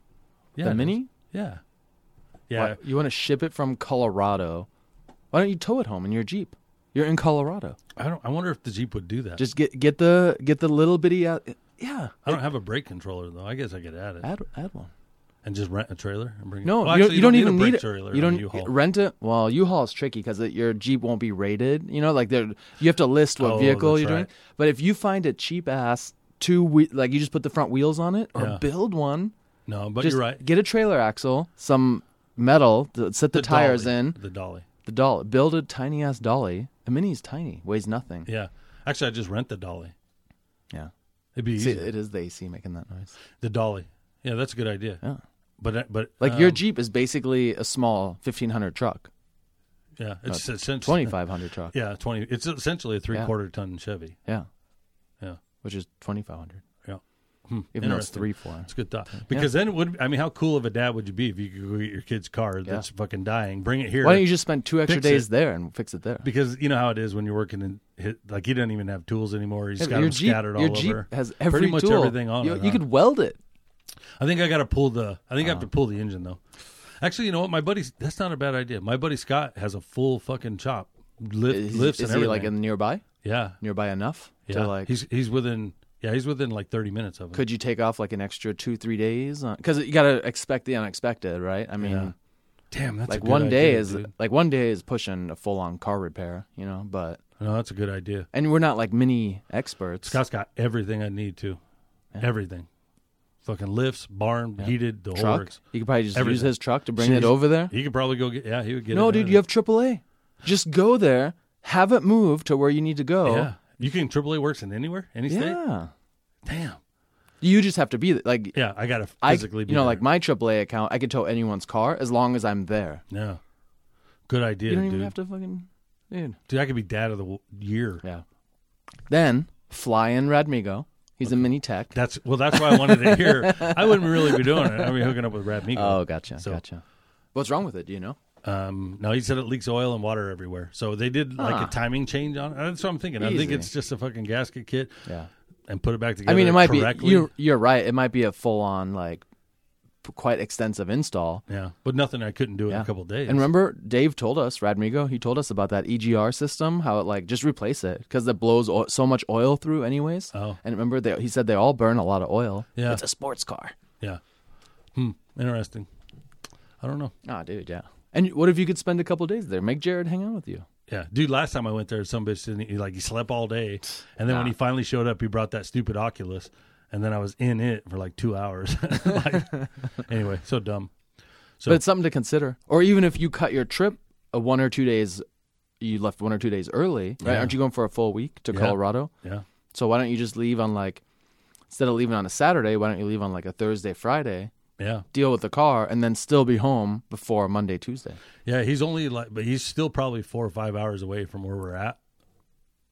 yeah, the it is. mini. Yeah, Yeah. Why- you want to ship it from Colorado? Why don't you tow it home in your Jeep? You're in Colorado. I don't. I wonder if the Jeep would do that. Just get get the get the little bitty out. Yeah, I don't have a brake controller though. I guess I could add it add add one. and just rent a trailer and bring. No, it. Well, you, actually, you don't, even a brake need it. trailer. You on a don't U-Haul. rent it. Well, U-Haul is tricky because your Jeep won't be rated. You know, like they're- you have to list what Oh, vehicle that's you're doing. right. But if you find a cheap ass two, whe- like you just put the front wheels on it or Yeah. build one. No, but just you're right. Get a trailer axle, some metal, to set the, tires dolly. in. the dolly. The dolly, build a tiny ass dolly. A mini's tiny, weighs nothing. Yeah, actually, I just rent the dolly. Yeah, It'd be See, easy. it is the AC making that noise. the dolly. Yeah, that's a good idea. Yeah, But but like your um, Jeep is basically a small 1500 truck, uh, yeah, it's essentially 2500 truck. Yeah, twenty. It's essentially a three quarter ton Chevy. Yeah, Yeah, which is 2500. yeah. Hmm, Even though it's interesting. three four. It's a good thought because then it would I mean how cool of a dad would you be if you could go get your kid's car that's fucking dying, bring it here. Why don't you just spend two extra Fix days it. there and fix it there? because you know how it is when you're working in hit, like he doesn't even have tools anymore. He's Yeah, got them scattered all your over. Jeep has every Pretty much tool. everything on You, it. you Uh-huh. huh? could weld it. I think I got to pull the. I think I have to pull the engine though. Actually, you know what? My buddy, that's not a bad idea. My buddy Scott has a full fucking chop, li- Is, lifts is and he everything. like in nearby? yeah, Nearby enough yeah. to like? he's he's within. Yeah, he's within like thirty minutes of it. could you take off like an extra two three days? Because you gotta expect the unexpected, right? I mean, Yeah. Damn, that's a like good one day idea, is dude. like one day is pushing a full on car repair, you know. But No, that's a good idea. and we're not like mini experts. Scott's got everything I need to, everything, fucking lifts, barn, heated, the whole truck. works. You could probably just use Everything. his truck to bring Jeez. it over there. He could probably go get. Yeah, he would get. No, it dude, done. you have AAA. Just go there, have it moved to where you need to go. Yeah, you can AAA works in anywhere, any state. Oh. Yeah. Damn. You just have to be th- like Yeah, I gotta I, physically. you be know, there. like my AAA account, I could tow anyone's car as long as I'm there. yeah. Good idea, You don't even dude. have to fucking, dude. Dude, I could be dad of the w- year. Yeah. Then fly in Radmigo. He's a mini tech. That's well. That's why I wanted it here. I wouldn't really be doing it. I'd be hooking up with Brad Meagle. Oh, gotcha, So- gotcha. What's wrong with it? Do you know? Um, no, he said it leaks oil and water everywhere. So they did like Huh. a timing change on it. That's what I'm thinking. I think Easy. it's just a fucking gasket kit Yeah. and put it back together. I mean, it might correctly. be. You're you're right. It might be a full on like, p- quite extensive install. Yeah, but nothing I couldn't do in Yeah. a couple of days. And remember, Dave told us Radmigo. He told us about that EGR system, how it like just replace it because it blows o- so much oil through, anyways. Oh. And remember, they, he said they all burn a lot of oil. Yeah. It's a sports car. yeah. Hmm. Interesting. I don't know. Ah, dude, yeah. And what if you could spend a couple days there? Make Jared hang out with you. Yeah, dude. Last time I went there, some bitch didn't. He, like he slept all day, and then when he finally showed up, he brought that stupid Oculus, and then I was in it for like two hours. like, anyway, so dumb. So- but it's something to consider. Or even if you cut your trip a one or two days, you left one or two days early, right? Aren't you going for a full week to Yeah. Colorado? Yeah, So why don't you just leave on like instead of leaving on a Saturday, why don't you leave on like a Thursday, Friday? yeah, Deal with the car and then still be home before Monday, Tuesday. yeah. He's only like, but he's still probably four or five hours away from where we're at.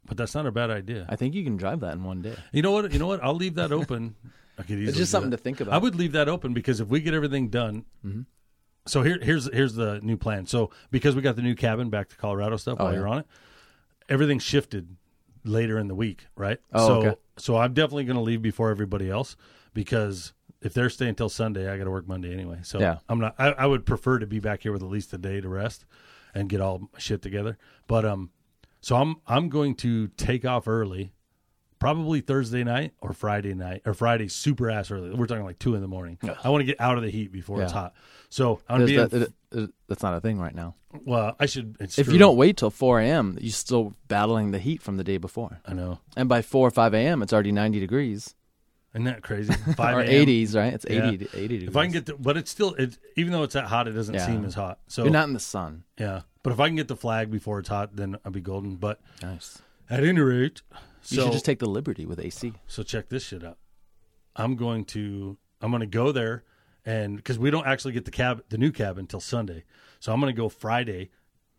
But that's not a bad idea. I think you can drive that in one day. You know what? You know what? I'll leave that open. I could easily It's just do something that. to think I about. Mm-hmm. would leave that open because if we get everything done, so here, here's here's the new plan. So because we got the new cabin back to Colorado stuff while Oh, yeah. you're on it, everything shifted later in the week, right? Oh, so okay. so I'm definitely going to leave before everybody else because if they're staying till Sunday, I got to work Monday anyway. So Yeah. I'm not. I, I would prefer to be back here with at least a day to rest and get all my shit together. But um, so I'm I'm going to take off early probably Thursday night or Friday night or Friday super ass early. We're talking like two in the morning. I want to get out of the heat before it's Yeah. hot. So I'm There's being that- it- it- that's not a thing right now. well. I should. It's If true. you don't wait till 4 a.m., you're still battling the heat from the day before. I know. And by 4 or 5 a.m., it's already 90 degrees. Isn't that crazy? Five Or a.m. 80s, right? It's 80, Yeah. 80 degrees. If I can get, the, but it's still. It's even though it's that hot, it doesn't Yeah. seem as hot. So You're not in the sun. yeah. But if I can get the flag before it's hot, then I'll be golden. But Nice. at any rate, You so should just take the liberty with AC. so check this shit out. I'm going to I'm going to go there and because we don't actually get the cab the new cabin until Sunday, so I'm going to go Friday,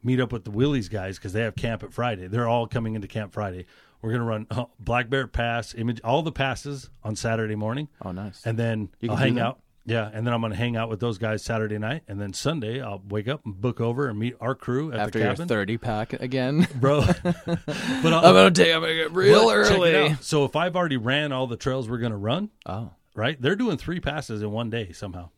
meet up with the Willie's guys because they have camp at Friday. They're all coming into camp Friday. We're going to run uh, Black Bear Pass, image all the passes on Saturday morning, Oh, nice. and then You I'll can do hang that? out. Yeah, and then I'm going to hang out with those guys Saturday night, and then Sunday I'll wake up and book over and meet our crew at After the your cabin, 30 pack again. bro. but I'm I'll, going to take I'm gonna get real but check it early. out. So if I've already ran all the trails we're going to run, Oh, right? They're doing three passes in one day somehow.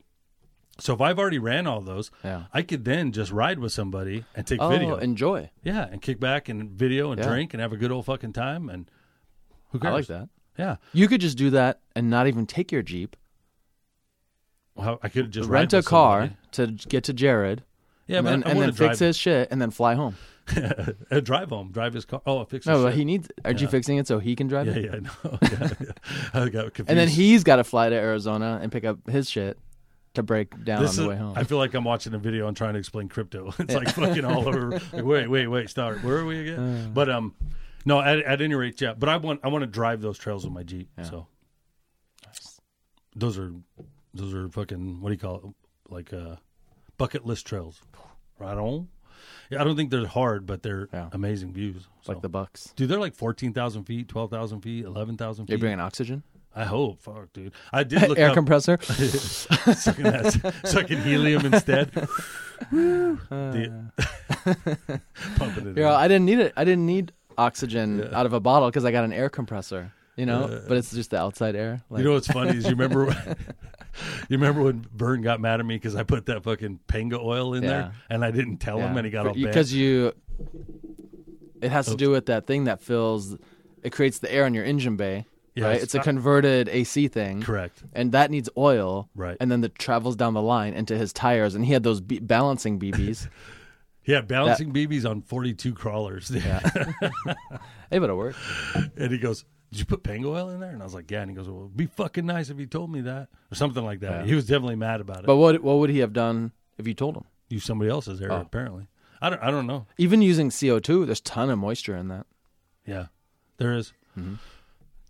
So if I've already ran all those, Yeah. I could then just ride with somebody and take Oh, video. enjoy. yeah, and kick back and video and Yeah. drink and have a good old fucking time. And who I cares? like that. Yeah, You could just do that and not even take your jeep. well, I could just rent ride a with car somebody. to get to Jared. Yeah, and, but then- I and want then to drive. fix his shit and then fly home. Uh, drive home, drive his car. Oh, fix No, his but shit. he needs. Are you fixing it so he can drive Yeah, it? yeah, I know. Yeah, yeah. I got confused. And then he's got to fly to Arizona and pick up his shit to break down This on the is- way home. I feel like I'm watching a video and trying to explain crypto. It's like fucking all over. Like, wait, wait, wait. Start. Where are we again? But um, no. At, at any rate, yeah. But I want I want to drive those trails with my Jeep. So those are those are fucking what do you call it? Like uh, bucket list trails. Right on. Yeah, I don't think they're hard, but they're Yeah. amazing views. So. like the Bucks. dude, they're like fourteen thousand feet, twelve thousand feet, eleven thousand You're feet. bringing oxygen, I hope. Fuck, dude. I did look air up compressor. sucking that, sucking helium instead. The- pumping it. You know, out. I didn't need it. I didn't need oxygen out of a bottle because I got an air compressor. You know, but it's just the outside air. Like, you know what's funny is you remember when, you remember when Vern got mad at me because I put that fucking panga oil in Yeah. there and I didn't tell him and he got all bad. Oh. because you. It has to do with that thing that fills. It creates the air in your engine bay. Yeah, right? it's- it's a I- converted AC thing. Ah. correct. and that needs oil. Right. And then that travels down the line into his tires, and he had those b- balancing BBs. Yeah, balancing BBs on forty two crawlers. it would have worked. and he goes, "Did you put panga oil in there?" And I was like, "Yeah." And he goes, "Well, it'd be fucking nice if you told me that or something like that." He was definitely mad about it. But what what would he have done if you told him? Use somebody else's Oh. air apparently. I don't. I don't know. Even using CO two, there's ton of moisture in that. Yeah, there is. Mm-hmm.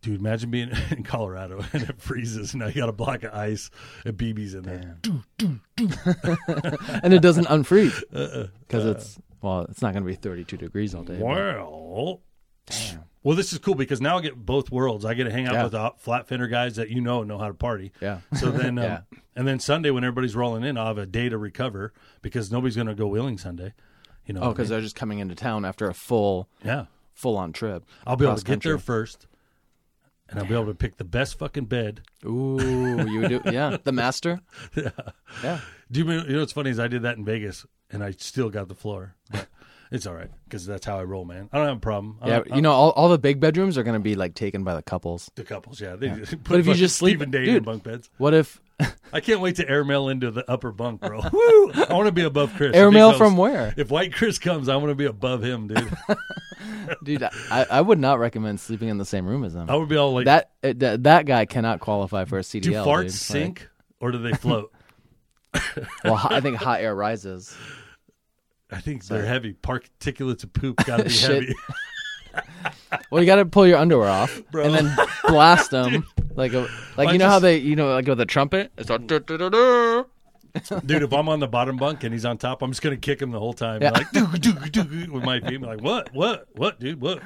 Dude, imagine being in Colorado and it freezes. Now you got a block of ice and BBs in there. and it doesn't unfreeze Uh, because it's well, it's not going to be 32 degrees all day. but- Well, well, this is cool because now I get both worlds. I get to hang out Yeah. with the flat fender guys that you know know how to party. Yeah. So then, um, Yeah. and then Sunday when everybody's rolling in, I'll have a day to recover because nobody's going to go wheeling Sunday. You know. Oh, what I because they're just coming into town after a full mean? yeah, full on trip. I'll be able to cross get there country. first, and I'll be able to pick the best fucking bed. Ooh, you do yeah, the master. Yeah. Do you, mean- you know what's funny is I did that in Vegas and I still got the floor. But it's all right because that's how I roll, man. I don't have a problem. I Yeah, don't- I you know all, all the big bedrooms are going to be like taken by the couples. the couples, yeah. They Put But if fucking you just sleep- Stephen Dane in dude. bunk beds, What if I can't wait to airmail into the upper bunk, bro. Woo! I want to be above Chris. If he Airmail comes- from where? If White Chris comes, I want to be above him, dude. Dude, I, I would not recommend sleeping in the same room as them. I would be all like, that, uh, that that guy cannot qualify for a CDL. Oh. do farts dude. sink or do they float? Like, well, hi- I think hot air rises. I think they're heavy. Particulates of poop got to be Shit. heavy. Well, you got to pull your underwear off Bro. and then blast them like a like I you know how just- they you know like with the trumpet. It's like, "Du-du-du-du." Dude, if I'm on the bottom bunk and he's on top, I'm just gonna kick him the whole time. Like doo doo doo with my feet. I'm like what, what, what, dude, what?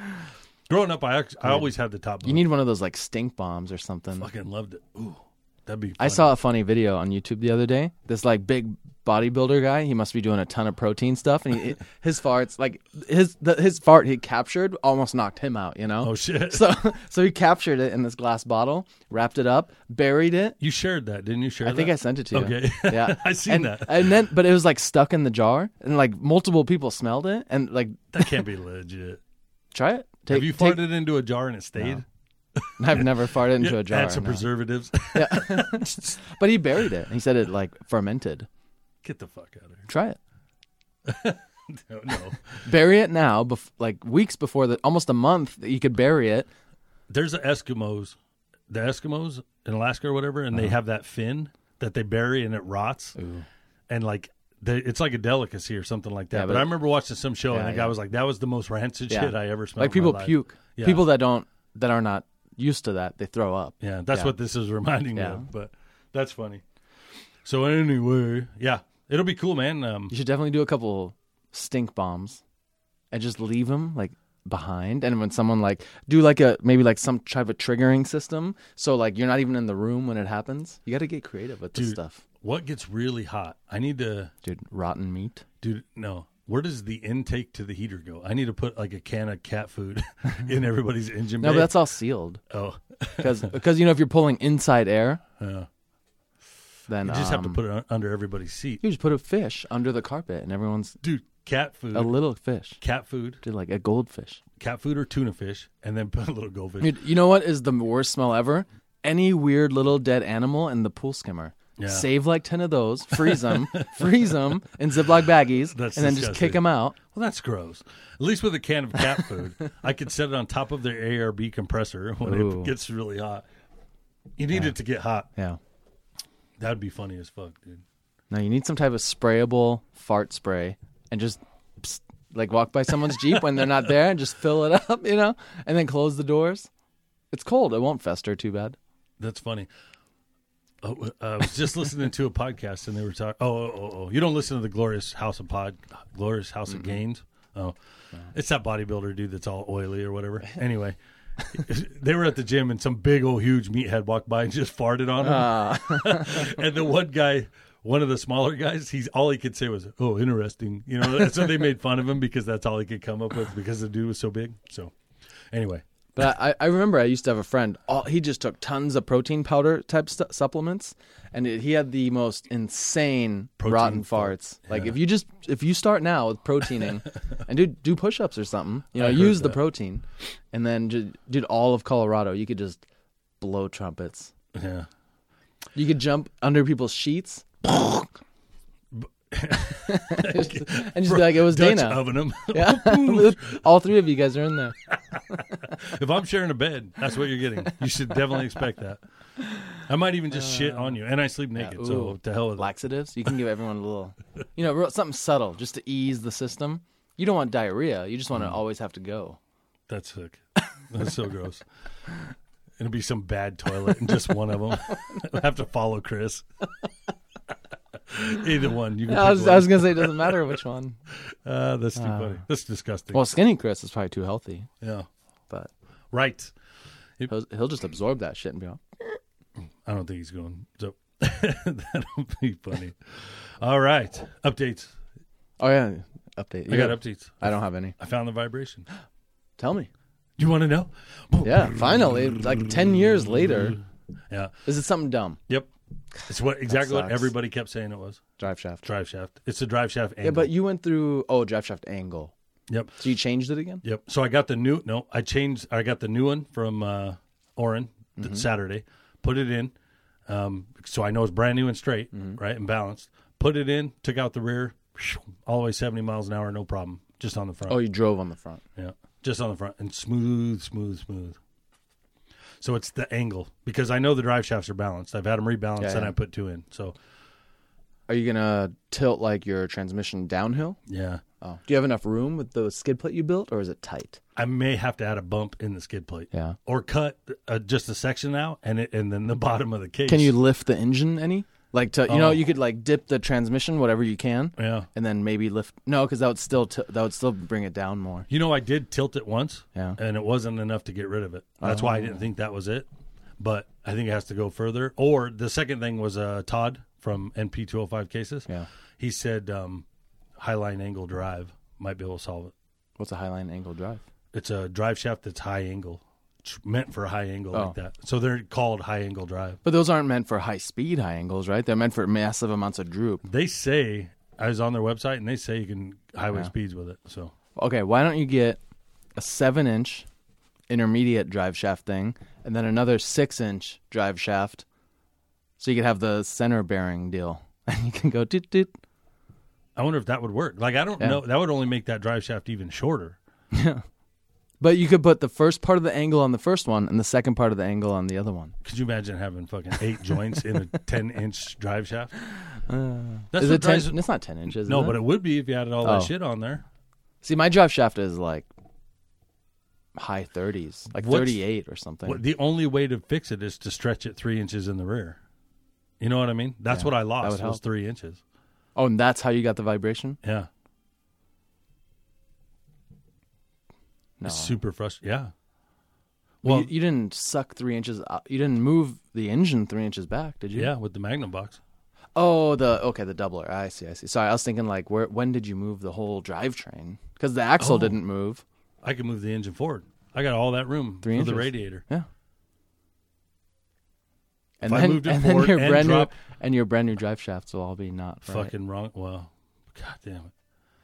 Growing up, I act- I always had the top bunk. you need one of those like stink bombs or something. fucking loved it. Ooh, that'd be. I funny. saw a funny video on YouTube the other day. This like big bodybuilder guy, he must be doing a ton of protein stuff, and he, his farts like his the, his fart he captured almost knocked him out. You know. Oh shit! So so he captured it in this glass bottle, wrapped it up, buried it. you shared that, didn't you? Share. I think I sent it to you. Okay. Yeah. I seen and, that. And then but it was like stuck in the jar and like multiple people smelled it and like that can't be legit. try it. Take, Have you take- farted into a jar and it stayed? I've never farted into a jar. Add some no. preservatives. But he buried it. He said it like fermented. Get the fuck out of Try it. here. No, no. Bury it now, bef- like weeks before the almost a month that you could bury it. There's the Eskimos, the Eskimos in Alaska or whatever, and they Uh-huh. have that fin that they bury and it rots, and like they, it's like a delicacy or something like that. Yeah, but, but- I remember watching some show and Yeah, the guy yeah. was like, "That was the most rancid Yeah. shit I ever smelled." Like in my people life." puke. Yeah. People that don't that are not used to that, they throw up. Yeah, that's Yeah. what this is reminding me Yeah. of. But that's funny. So anyway, yeah, it'll be cool, man. Um, You should definitely do a couple stink bombs and just leave them like behind. And when someone like do like a maybe like some type of triggering system, so like you're not even in the room when it happens. You got to get creative with this Dude. stuff, what gets really hot? I need to, dude. Rotten meat. dude. No, where does the intake to the heater go? I need to put like a can of cat food in everybody's engine. No, bay. but that's all sealed oh, because you know if you're pulling inside air, yeah. then You just have to um, put it un- under everybody's seat. You just put a fish under the carpet, and everyone's Dude, cat food, a little fish, cat food, Dude, like a goldfish. cat food or tuna fish, and then put a little goldfish. Dude, you know what is the worst smell ever? Any weird little dead animal in the pool skimmer. Yeah. Save like ten of those, freeze them, freeze them in Ziploc baggies, That's and then just disgusting. kick them out. Well, that's gross. At least with a can of cat food, I could set it on top of their ARB compressor when Ooh. it gets really hot. You need it to get hot. Yeah. That would be funny as fuck, dude. No, you need some type of sprayable fart spray, and just psst, like walk by someone's jeep when they're not there, and just fill it up, you know, and then close the doors. It's cold; it won't fester too bad. That's funny. Oh, uh, I was just listening to a podcast and they were talking. Oh, oh, oh, oh, you don't listen to the Glorious House of Pod, Glorious House of Gains. Oh, it's that bodybuilder dude that's all oily or whatever. Anyway, they were at the gym and some big old huge meathead walked by and just farted on him. Ah. and the one guy, one of the smaller guys, he's all he could say was, "Oh, interesting." You know, so they made fun of him because that's all he could come up with because the dude was so big. So, anyway, But I, I remember I used to have a friend. All, he just took tons of protein powder type stu supplements, and it, he had the most insane Protein rotten fart, farts. Like if you just if you start now with proteining, and do do push ups or something, you know, use the protein, and then ju- dude, all of Colorado, you could just blow trumpets. yeah. You could jump under people's sheets. Just- and just be like, it was Dutch Dana. oven him. Yeah. all three of you guys are in there. If I'm sharing a bed, that's what you're getting. You should definitely expect that. I might even just shit on you, and I sleep naked, so Uh, ooh. to hell with that. laxatives. You can give everyone a little, you know, real- something subtle just to ease the system. You don't want diarrhea. You just Mm. want to always have to go. That's sick. That's so gross. It'll be some bad toilet, and just one of them. I have to follow Chris. Either one, you can. I pick was, one. I was gonna say it doesn't matter which one. Uh, that's too funny. That's disgusting. Well, skinny Chris is probably too healthy, yeah, but right. he'll, he'll just absorb that shit and be like, I don't think he's going. So that'll be funny. All right, updates. "Oh yeah, update." I got updates. I don't have any. I found the vibration. Tell me. You want to know? Yeah, finally, like ten years later, Yeah. is it something dumb? Yep. It's what exactly what sucks. everybody kept saying it was. Drive shaft. Drive shaft. It's a drive shaft angle. Yeah, but you went through oh drive shaft angle, yep. so you changed it again. Yep. So I got the new no, I changed I got the new one from uh Oren th- Mm-hmm. Saturday, put it in. Um so I know it's brand new and straight, Mm-hmm. right? And balanced. Put it in, took out the rear, all the way seventy miles an hour, no problem. Just on the front. Oh, you drove on the front. Yeah, just on the front and smooth, smooth, smooth. So it's the angle because I know the drive shafts are balanced. I've had them rebalanced Yeah, and yeah. I put two in. So Are you gonna tilt like your transmission downhill? yeah, Oh, do you have enough room with the skid plate you built, or is it tight? I may have to add a bump in the skid plate. Yeah. or cut uh, just a section out and it, and then the bottom of the case. Can you lift the engine any? Like to you know, you could like dip the transmission whatever you can, Yeah. and then maybe lift. No, because that would still t- that would still bring it down more. You know, I did tilt it once, Yeah. Oh. and it wasn't enough to get rid of it. That's why I didn't think that was it. But I think it has to go further. Or the second thing was uh, Todd from NP two hundred five cases. Yeah. he said um, highline angle drive might be able to solve it. What's a highline angle drive? it's a drive shaft that's high angle, It's meant for a high angle Oh. like that. So they're called high angle drive. But those aren't meant for high speed high angles, right? They're meant for massive amounts of droop. They say I was on their website and they say you can highway speeds with it. So Okay, why don't you get a seven inch intermediate drive shaft thing, and then another six inch drive shaft, so you could have the center bearing deal, and you can go doot doot. I wonder if that would work. Like I don't know. That would only make that drive shaft even shorter. But you could put the first part of the angle on the first one and the second part of the angle on the other one. Could you imagine having fucking eight joints in a ten inch drive shaft? That's Uh, Is what it ten? drives- It's not ten inches. No, is but it? it would be if you added all Oh. that shit on there. see, my drive shaft is like high thirties, like What's- thirty-eight or something. What, the only way to fix it is to stretch it three inches in the rear. You know what I mean? That's what I lost would was help. three inches. oh, and that's how you got the vibration. Yeah, No, it's super frustrating. Yeah. well, Well, you, you didn't suck three inches. Out. You didn't move the engine three inches back, did you? yeah, with the Magnum box. Oh, the okay, the doubler. I see. I see. Sorry, I was thinking like, where? When did you move the whole drivetrain? Because the Oh. axle didn't move. I can move the engine forward. I got all that room Three for inches. the radiator. Yeah. and If I then, moved it and then forward your and brand dropped- new and your brand new drive shafts will all be not right. Fucking wrong. Well, god damn it.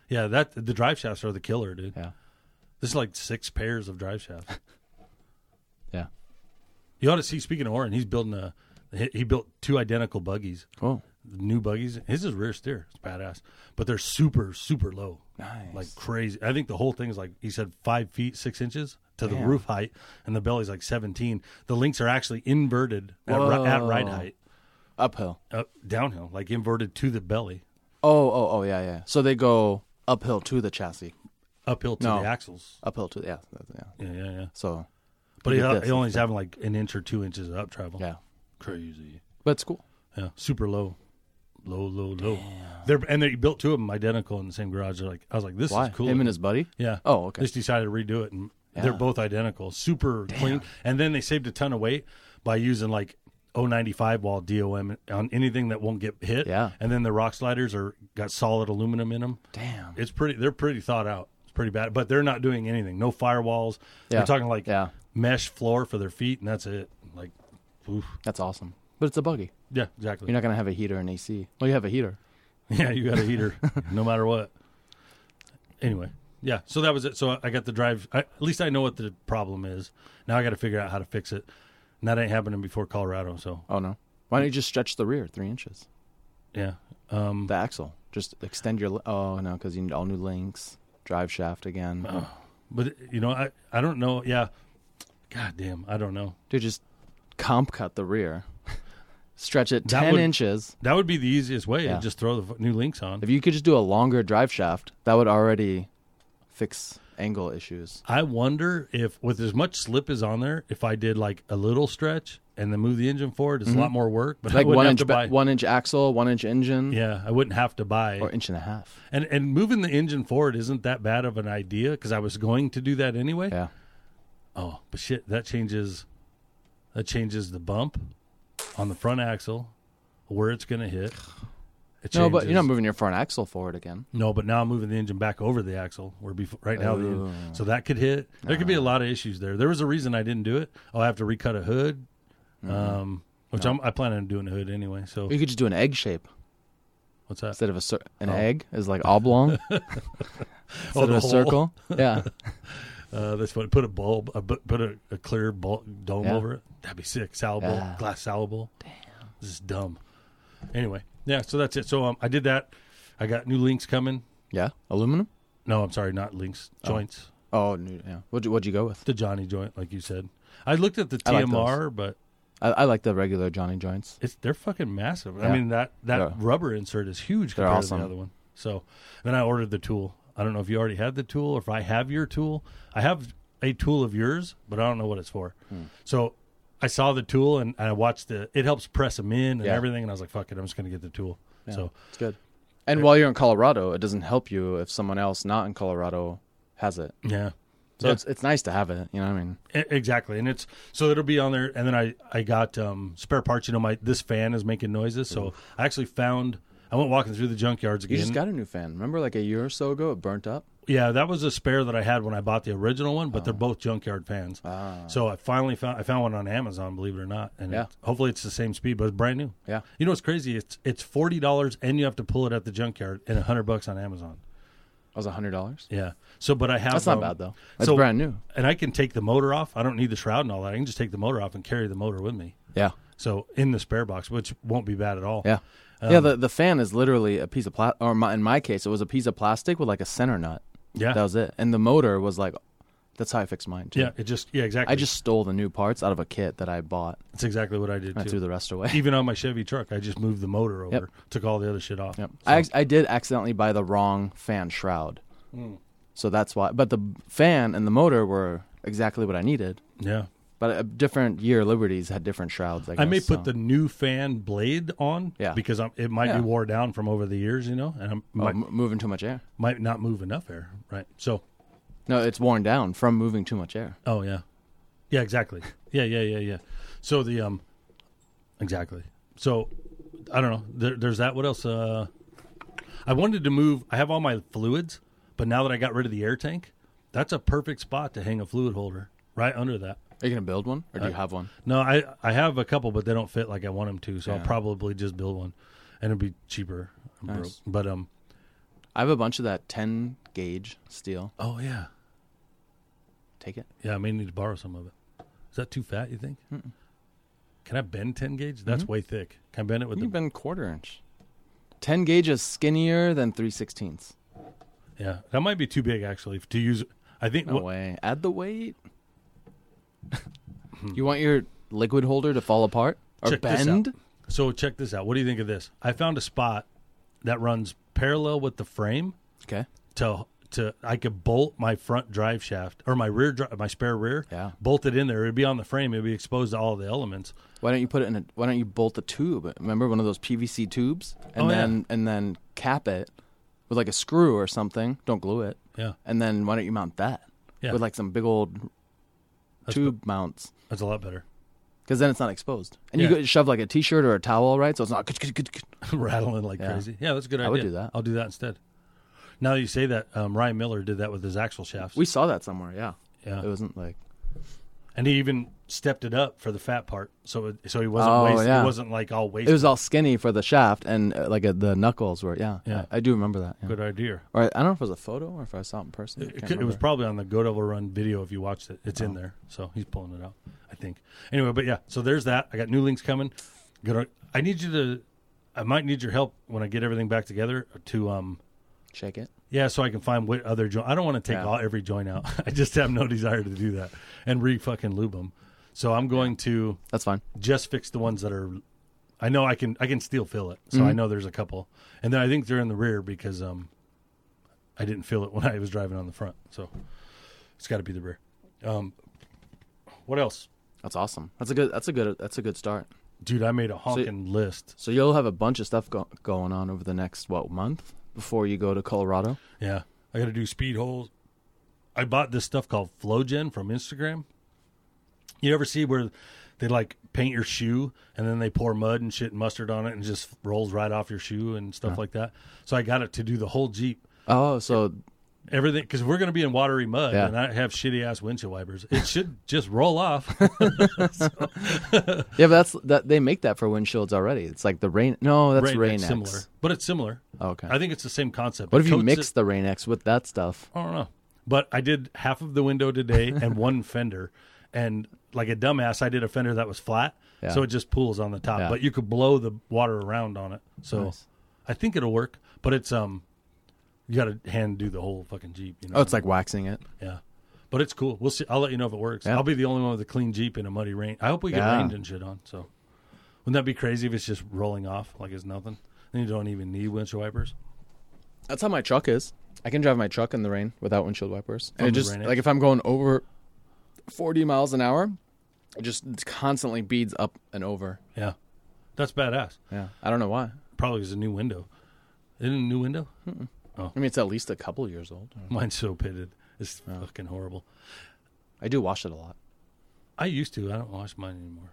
Yeah, that the drive shafts are the killer, dude. Yeah. This is like six pairs of drive shafts. Yeah. You ought to see. Speaking of Orin, he's building a. He he built two identical buggies, Cool. new buggies. His is rear steer. It's badass, but they're super super low, Nice. like crazy. I think the whole thing is like he said five feet six inches to the Damn. roof height, and the belly's like seventeen. The links are actually inverted at, ri- at ride Whoa. height, uphill. up, downhill, like inverted to the belly, Oh, oh, oh, yeah, yeah. So they go uphill to the chassis, uphill to No. the axles. uphill to yeah, that's- yeah. Yeah, yeah, yeah. So But he, uh, Look at this. he only's having like an inch or two inches of up travel. yeah, Crazy. but it's cool. Yeah. Super low. Low, low, low. They're and they built two of them identical in the same garage. They're like I was like, this is Why cool. him and his buddy? yeah. Oh, okay. Just decided to redo it and Yeah. they're both identical. Super clean. And then they saved a ton of weight by using like 095 wall DOM on anything that won't get hit. Yeah. And then the rock sliders are got solid aluminum in them. Damn. It's pretty they're pretty thought out. It's pretty bad. But they're not doing anything. No firewalls. Yeah. They're talking like Yeah, mesh floor for their feet, and that's it. Like, oof. that's awesome. But it's a buggy. yeah, exactly. You're not gonna have a heater and AC. Well, you have a heater. yeah, you got a heater, no matter what. Anyway, yeah. So that was it. So I got the drive. I, at least I know what the problem is. Now I got to figure out how to fix it. And that ain't happening before Colorado. So Oh no. Why don't you just stretch the rear three inches? yeah, um, The axle. Just extend your. li- Oh no, because you need all new links. Drive shaft again. but you know, I I don't know. Yeah, god damn, I don't know. Dude, just comp cut the rear. Stretch it That ten would- inches. That would be the easiest way. Yeah. Just throw the f- new links on. If you could just do a longer drive shaft, that would already fix angle issues. I wonder if, with as much slip as on there, if I did like a little stretch and then move the engine forward, it's a lot more work. But I Mm-hmm. Like wouldn't one have inch, to ba- buy. one inch axle, one inch engine, Yeah, I wouldn't have to buy. or inch and a half. and and moving the engine forward isn't that bad of an idea because I was going to do that anyway. Yeah, Oh, but shit, that changes. That changes the bump on the front axle, where it's going to hit. It no, but changes- you're not moving your front axle forward again. No, but now I'm moving the engine back over the axle. Where before, right now, Ooh. the, so that could hit. There could be Uh-huh. a lot of issues there. There was a reason I didn't do it. Oh, I have to recut a hood, Mm-hmm. um, which I'm, I plan on doing a hood anyway. So You could just do an egg shape what's that? instead of a cir- an Oh. egg is like oblong instead of the a hole. circle. Yeah, Uh, that's what put a bulb, a, bu- put a, a clear bulb, dome Yeah. over it. That'd be sick. Salable, Yeah. glass salable. Damn, this is dumb. Anyway, yeah. So that's it. So um, I did that. I got new links coming. yeah, aluminum. No, I'm sorry, not links. Joints. Oh, new- yeah. What'd you, what'd you go with? The Johnny joint, like you said. I looked at the I like those. TMR, but I, I like the regular Johnny joints. it's they're fucking massive. Yeah. I mean that that Yeah. rubber insert is huge They're compared awesome. to the other one. So then I ordered the tool. I don't know if you already had the tool or if I have your tool. I have a tool of yours, but I don't know what it's for. Hmm. So I saw the tool and I watched the. It helps press them in and Yeah. everything, and I was like, "Fuck it, I'm just gonna get the tool." Yeah. So It's good. And while you're in Colorado, it doesn't help you if someone else not in Colorado has it. yeah, So Yeah. it's it's nice to have it. You know what I mean? E- exactly and it's so it'll be on there and then i i got um spare parts you know my this fan is making noises so i actually found i went walking through the junkyards You again just got a new fan. Remember, like a year or so ago, it burnt up. yeah that was a spare that i had when i bought the original one but they're both junkyard fans Oh. Ah. so i finally found i found one on amazon believe it or not and Yeah. it- hopefully it's the same speed but it's brand new Yeah. you know what's crazy it's it's $40 and you have to pull it at the junkyard and 100 bucks on amazon That was a hundred dollars. yeah so but i have That's not um, bad though. That's so- brand new. and i can take the motor off i don't need the shroud and all that i can just take the motor off and carry the motor with me Yeah, So in the spare box, which won't be bad at all. yeah, Um, yeah. The the fan is literally a piece of pla- or my, in my case, it was a piece of plastic with like a center nut. Yeah. That was it. And the motor was like, that's how I fixed mine. Too. Yeah, It just yeah, exactly. I just stole the new parts out of a kit that I bought. it's exactly what I did and I threw too. the rest away. Even on my Chevy truck, I just moved the motor over, took all the other shit off. Yep. I, ac- I did accidentally buy the wrong fan shroud. So that's why. But the fan and the motor were exactly what I needed. Yeah. But a different year Liberties had different shrouds. I, guess, I may so. put the new fan blade on uh, Yeah. because I'm, it might Yeah. be wore down from over the years, you know, and I oh, might, m- moving too much air. might not move enough air. Right. So, No, it's worn down from moving too much air. oh, yeah. Yeah, exactly. Yeah, yeah, yeah, yeah. So the, um, exactly. So I don't know. There, there's that. What else? Uh, I wanted to move. I have all my fluids, but now that I got rid of the air tank, that's a perfect spot to hang a fluid holder right under that. Are you gonna build one, or do you have one? No, I I have a couple, but they don't fit like I want them to. So I'll Yeah. probably just build one, and it'll be cheaper. I'm Nice. broke. But um, I have a bunch of that ten gauge steel. oh yeah, Take it. yeah. I may need to borrow some of it. Is that too fat? You think? Can I bend ten gauge? That's way thick. Can I bend it with You've the? been quarter inch. Ten gauge is skinnier than three sixteenths. Yeah, that might be too big actually to use. I think No wh- way. Add the weight. you want your liquid holder to fall apart or Check this out. bend? So check this out. What do you think of this? I found a spot that runs parallel with the frame Okay. to to I could bolt my front drive shaft or my rear dri- my spare rear. Yeah. Bolt it in there. It'd be on the frame. It'd be exposed to all the elements. Why don't you put it in a why don't you bolt a tube? Remember one of those PVC tubes? And Oh, yeah. then and then cap it with like a screw or something. Don't glue it. Yeah. And then why don't you mount that? Yeah. With like some big old tube mounts. That's a lot better. Because then it's not exposed. And Yeah. you could shove like a t shirt or a towel, right? So it's not Rattling like Yeah. crazy. Yeah, that's a good idea. I would do that. I'll do that instead. Now that you say that, um, Ryan Miller did that with his axle shafts. We saw that somewhere, yeah. yeah. It wasn't like and he even stepped it up for the fat part, so it, so he wasn't Oh, wasted. yeah. He wasn't like all it wasted. was all skinny for the shaft and uh, like uh the knuckles were yeah. Yeah. I, I do remember that. yeah. good idea. Or I don't know if it was a photo or if I saw it in person. I It, can't could- it was remember. Oh. probably on the Go Devil Run video if you watched it. It's in there, so he's pulling it out, I think. Anyway, but yeah, so there's that. I got new links coming. Gonna, I need you to. I might need your help when I get everything back together to um shake it. yeah, so I can find what other joint. I don't want to take Yeah. all every joint out. I just have no desire to do that and re fucking lube them. So I'm going to That's fine. just fix the ones that are. I know I can I can still fill it, so I know there's a couple, and then I think they're in the rear because um, I didn't fill it when I was driving on the front, so it's got to be the rear. Um, what else, That's awesome. That's a good that's a good that's a good start. dude? I made a honking list. So you'll have a bunch of stuff go- going on over the next what month before you go to Colorado. Yeah, I got to do speed holes. I bought this stuff called FlowGen from Instagram. You ever see where they like paint your shoe and then they pour mud and shit and mustard on it and just rolls right off your shoe and stuff Uh-huh. like that? So I got it to do the whole Jeep. Oh, so Everything because we're going to be in watery mud Yeah. and I have shitty ass windshield wipers. It should just roll off. yeah, but that's that they make that for windshields already. It's like the rain. No, that's Right, rain. it's similar, but it's similar. Okay. I think it's the same concept. What It if you coats mix it- the rain X with that stuff? I don't know, but I did half of the window today and one fender, and like a dumbass, I did a fender that was flat, Yeah. so it just pools on the top. Yeah. But you could blow the water around on it, so Nice. I think it'll work. But it's um, you got to hand do the whole fucking Jeep. You know? Oh, it's like waxing it. Yeah. But it's cool. We'll see. I'll let you know if it works. Yeah. I'll be the only one with a clean Jeep in a muddy rain. I hope we get Yeah. rained and shit on. So, wouldn't that be crazy if it's just rolling off like it's nothing? Then you don't even need windshield wipers. That's how my truck is. I can drive my truck in the rain without windshield wipers. From And it the just rain like if I'm going over 40 miles an hour, it just constantly beads up and over. Yeah. That's badass. Yeah. I don't know why. Probably is a new window. Isn't it a new window? Hmm. I mean, it's at least a couple years old. Mine's so pitted. It's Oh. fucking horrible. I do wash it a lot. I used to. I don't wash mine anymore.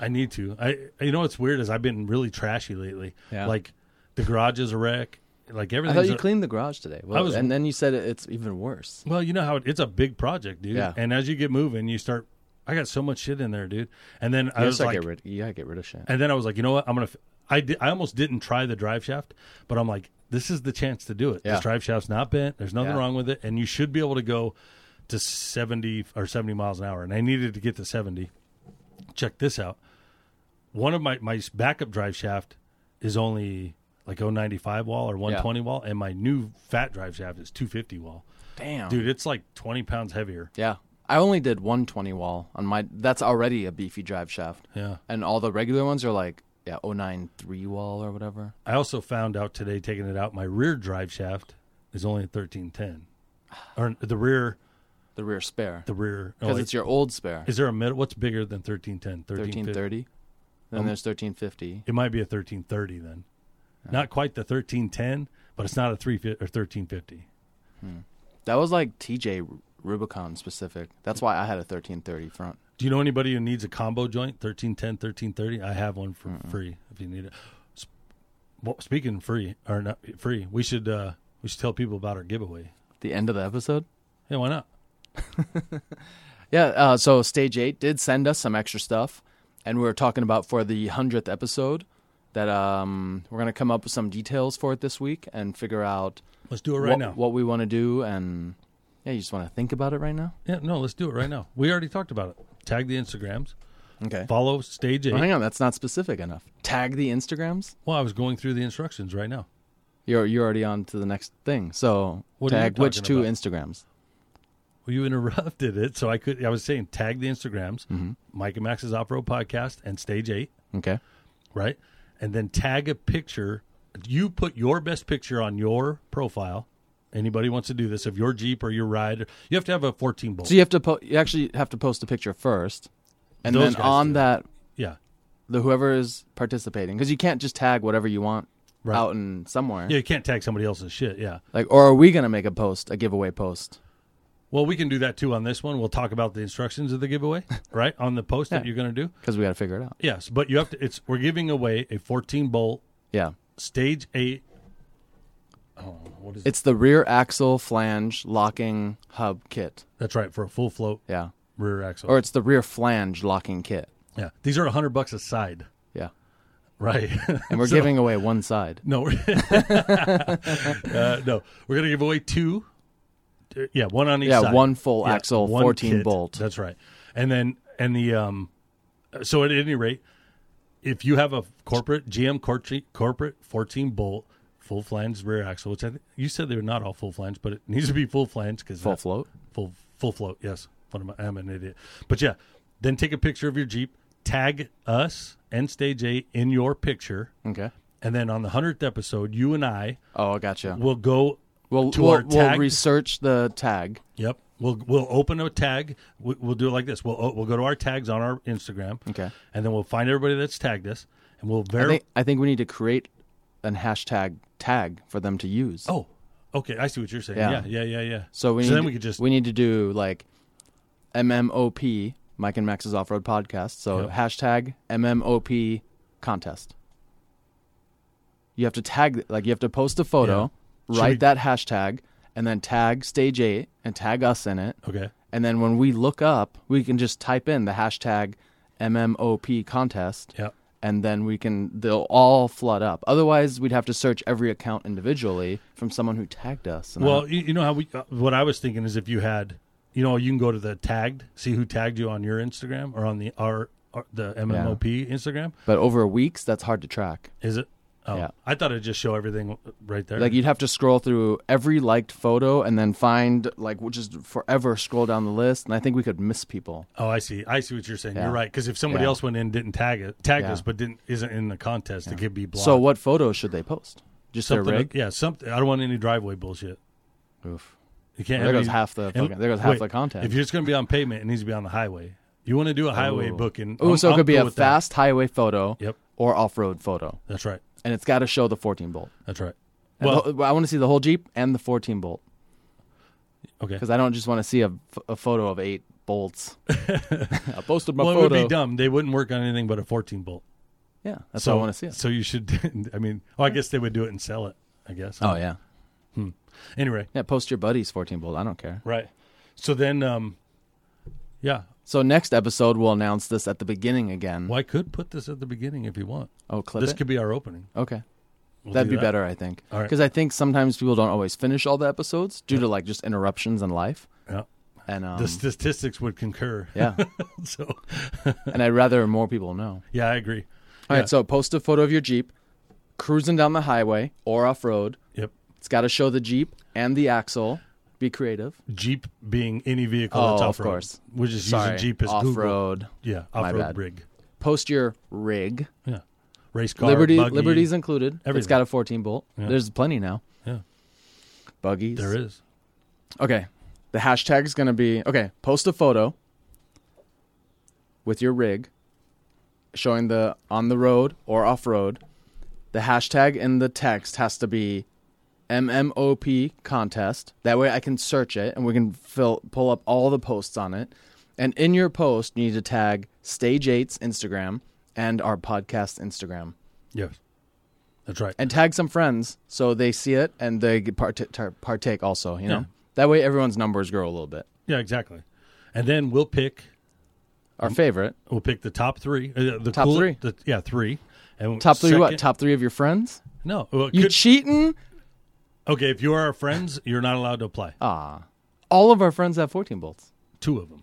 I need to. I you know what's weird is I've been really trashy lately. Yeah. Like the garage is a wreck. Like I everything's thought you a- cleaned the garage today. Well, I was- and then you said it- it's even worse. Well, you know how it, it's a big project, dude. Yeah. And as you get moving, you start. I got so much shit in there, dude. And then I You was gotta like, get rid, you gotta get rid of shit. and then I was like, you know what? I'm gonna. f- I di- I almost didn't try the drive shaft, but I'm like, this is the chance to do it. Yeah. This drive shaft's not bent. There's nothing Yeah. wrong with it, and you should be able to go to 70 or 70 miles an hour. And I needed to get to 70. Check this out. One of my my backup drive shaft is only like 095 wall or 120 wall, and my new fat drive shaft is 250 wall. Damn, Dude, it's like 20 pounds heavier. Yeah, I only did 120 wall on my. That's already a beefy drive shaft, Yeah. and all the regular ones are like yeah 093 wall or whatever. I also found out today, taking it out, my rear drive shaft is only at 1310. Or the rear, The rear spare the rear. No, because wait. it's your old spare. is there a middle? What's bigger than 1310? 1350? 1330. Then Um, there's 1350. It might be a 1330 then. Not quite the 1310, but it's not a 350 or 1350. That was like TJ Rubicon specific. That's why I had a 1330 front. Do you know anybody who needs a combo joint? 1310, 1330? I have one for free if you need it. S- Well, speaking of free or not free, we should uh, we should tell people about our giveaway. The end of the episode. Yeah, why not? Yeah, uh, so Stage 8 did send us some extra stuff, and we were talking about for the 100th episode that um, we're going to come up with some details for it this week and figure out Let's do it right what, now. what we want to do. And yeah, you just want to think about it right now? yeah, no, let's do it right now. We already talked about it. Tag the Instagrams. Okay. Follow Stage Eight. Well, hang on, that's not specific enough. Tag the Instagrams? Well, I was going through the instructions right now. You're, you're already on to the next thing. So What are you tag which talking two about? Instagrams? Well, you interrupted it, so I could. I was saying tag the Instagrams, Mike and Max's Off Road Podcast, and Stage Eight, Okay. right? And then tag a picture. You put your best picture on your profile. Anybody wants to do this of your Jeep or your ride? You have to have a fourteen bolt. So you have to po- you actually have to post a picture first, and Those then guys on do. that yeah, the whoever is participating because you can't just tag whatever you want Right. out in somewhere. yeah. You can't tag somebody else's shit. Yeah. Like, or are we gonna make a post, a giveaway post? Well, we can do that too on this one. We'll talk about the instructions of the giveaway, right? On the post that Yeah. you're going to do. Because we got to figure it out. Yes, but you have to. It's we're giving away a 14 bolt Yeah, stage eight. Oh, what is it? it's the rear axle flange locking hub kit. That's right for a full float Yeah, rear axle. or it's the rear flange locking kit. yeah, these are 100 bucks a side, Yeah, right? and we're So- giving away one side. no, we're- uh, no, we're gonna give away two. Uh, Yeah, one on each. Yeah, side. one full Yeah, axle, one fourteen kit. bolt. That's right. And then and the um, so at any rate, if you have a corporate GM corporate corporate fourteen bolt full flange rear axle, which I think you said they're not all full flange, but it needs to be full flange because Full float. full full float. Yes, what am I? I'm an idiot. But yeah, then take a picture of your Jeep, tag us and Stage Eight in your picture, Okay. and then on the hundredth episode, you and I Oh, I gotcha. will go. We'll to we'll, our we'll tag- research the tag. Yep, we'll we'll open a tag. We, we'll do it like this. We'll oh, we'll go to our tags on our Instagram. Okay. and then we'll find everybody that's tagged us, and we'll I verify. think I think we need to create an hashtag tag for them to use. Oh, okay, I see what you're saying. Yeah, Yeah. yeah, yeah, yeah. So we So need then to- we could just- we need to do like MMOP Mike and Max's off road podcast. So Yep. hashtag MMOP contest. You have to tag like you have to post a photo, Yeah. Should write we- that hashtag, and then tag stage eight and tag us in it. Okay. And then when we look up, we can just type in the hashtag MMOP contest. Yep. And then we can, they'll all flood up. Otherwise, we'd have to search every account individually from someone who tagged us. And I Well, you, you know how we. Uh, what I was thinking is if you had, you know, you can go to the tagged, see who tagged you on your Instagram or on the our, our the MMOP Instagram. But over weeks, that's hard to track. Is it? Oh, Yeah. I thought it'd just show everything right there. Like you'd have to scroll through every liked photo and then find like we'll just forever scroll down the list. And I think we could miss people. oh, I see. I see what you're saying. Yeah. You're right. Because if somebody Yeah. else went in, didn't tag it, tagged Yeah. us, but didn't isn't in the contest, it could be blocked. So what photos should they post? Just something? their rig. Yeah, something. I don't want any driveway bullshit. Oof. You can't. There have goes any- half the and- fucking, there goes half wait, the If content. you're just going to be on pavement, it needs to be on the highway. You want to do a highway Ooh. booking? Oh, I'm- so it I'm could be cool a with that. fast highway photo Yep, or off road photo, that's right. and it's got to show the 14 bolt. That's right. And Well, the whole- I want to see the whole Jeep and the 14 bolt okay. because I don't just want to see a, ph- a photo of eight bolts. I posted my well, photo. it would be dumb. They wouldn't work on anything but a 14 bolt. Yeah, that's so what I want to see. It. So you should. I mean, oh, I guess they would do it and sell it. I guess. Oh yeah, Anyway, yeah. Post your buddy's 14 bolt. I don't care. right. So then, um, yeah. So next episode we'll announce this at the beginning again. Well, I could put this at the beginning if you want. Oh, clip this it. could be our opening. okay, We'll that'd do be that. better, I think, All right. because I think sometimes people don't always finish all the episodes due to like just interruptions in life. Yeah. And um, The statistics would concur. yeah, so and I'd rather more people know. yeah, I agree. All Yeah. right, so post a photo of your Jeep cruising down the highway or off road. Yep. It's got to show the Jeep and the axle. Be creative. Jeep being any vehicle that's Oh, of off road. course. We're just Sorry, using Jeep as off Google. road. Yeah, My off road bad. rig. Post your rig. Yeah, race car. Liberty, buggy. Liberty's included. It's everything. got a 14 bolt. Yeah. There's plenty now. Yeah. Buggies. There is. Okay. The hashtag is going to be okay, post a photo with your rig showing the on the road or off road. The hashtag in the text has to be MMOP contest. That way I can search it and we can fill pull up all the posts on it. And in your post, you need to tag Stage 8's Instagram and our podcast Instagram Yes, that's right. and tag some friends so they see it and they get part- tar- partake also, you know? Yeah. That way everyone's numbers grow a little bit. Yeah, exactly. and then we'll pick Our favorite. we'll pick the top three. Uh, the Top cool- three. the- yeah, three. And Top three what? second- Top three of your friends? no. well, it You could- cheating? okay, if you are our friends, you're not allowed to apply. Ah. All of our friends have 14 bolts. Two of them,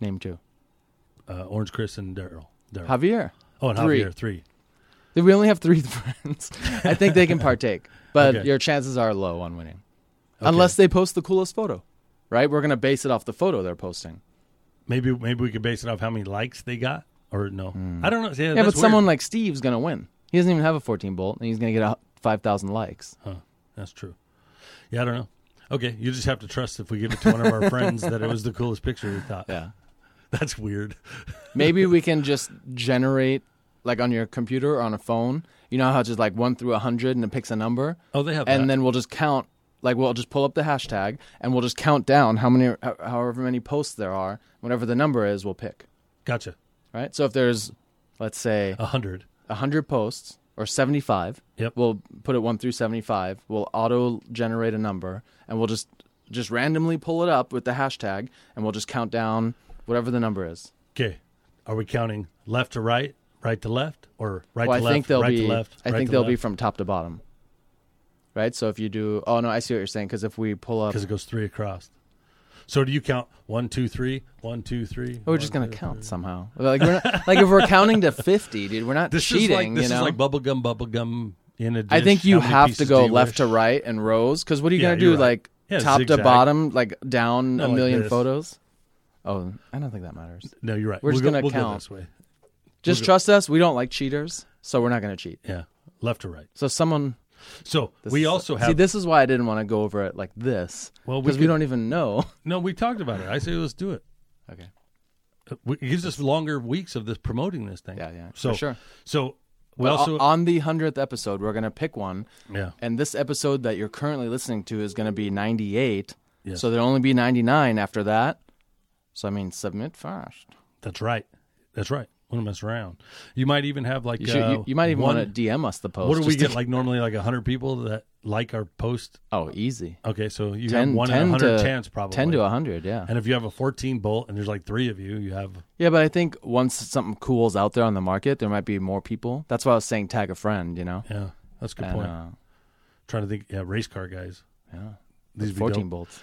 Name two. uh, Orange Chris and Daryl. Daryl. Javier. oh, and three. Javier, three. If we only have three friends, I think they can partake. But Okay. your chances are low on winning. Unless they post the coolest photo, right? We're going to base it off the photo they're posting. Maybe maybe we could base it off how many likes they got, or no? I don't know. Yeah, Hmm. Yeah, that's but weird. someone like Steve's going to win. He doesn't even have a 14 bolt, and he's going to get a 5,000 likes. That's true. Yeah, I don't know. Okay, you just have to trust if we give it to one of our friends that it was the coolest picture we thought. Yeah. That's weird. Maybe we can just generate, like on your computer or on a phone, you know how it's just like 1 through a 100 and it picks a number? Oh, they have and that. then we'll just count like we'll just pull up the hashtag and we'll just count down how many ho- however many posts there are whatever the number is we'll pick gotcha. right so if there's let's say A hundred. 100 posts or 75 Yep. we'll put it 1 through 75 we'll auto generate a number and we'll just just randomly pull it up with the hashtag and we'll just count down whatever the number is Okay. Are we counting left to right, right to left, or right well, to I left, think they'll right be. to left? I right think to they'll be left? from top to bottom, right? So if you do, oh no, I see what you're saying. Because if we pull up, because it goes three across. So do you count one, two, three, one, two, three? We're just gonna count somehow. Like we're not, like if we're counting to fifty, dude, we're not This cheating. is like this you know, is like bubblegum, bubblegum in a dish. I think How you many have to pieces go do you left wish? to right and rows. Because what are you Yeah, gonna you're do? right. Like Yeah, top zigzag. to bottom, like down No, a like million this. photos. Oh, I don't think that matters. No, you're right. We're just We'll gonna go, we'll go count. this way. Just good. trust us. We don't like cheaters, so we're not gonna cheat. Yeah, left to right. So someone. So this we is- also have See, this is why I didn't want to go over it like this. Well, we because we, could- don't even know. no. We talked about it. I say let's do it. okay. It gives us longer weeks of this promoting this thing. Yeah, yeah, So for sure. So we But o- also on the hundredth episode, we're gonna pick one yeah. And this episode that you're currently listening to is going to be 98. Yes. So there'll only be 99 after that. So, I mean, submit fast. That's right. That's right. Wouldn't mess around. You might even have like You, should, uh, you, you might even one- want to DM us the post. What do we just get? to- Like normally, like hundred people that like our post. Oh, easy. Okay, so you have 10, one 10 in hundred to- chance probably. 10 to 100, yeah. And if you have a fourteen bolt and there's like three of you, you have Yeah, but I think once something cool's out there on the market, there might be more people. That's why I was saying tag a friend, you know? yeah. That's a good And, point. uh, Trying to think, yeah, race car guys. yeah. These would be 14 dope. bolts.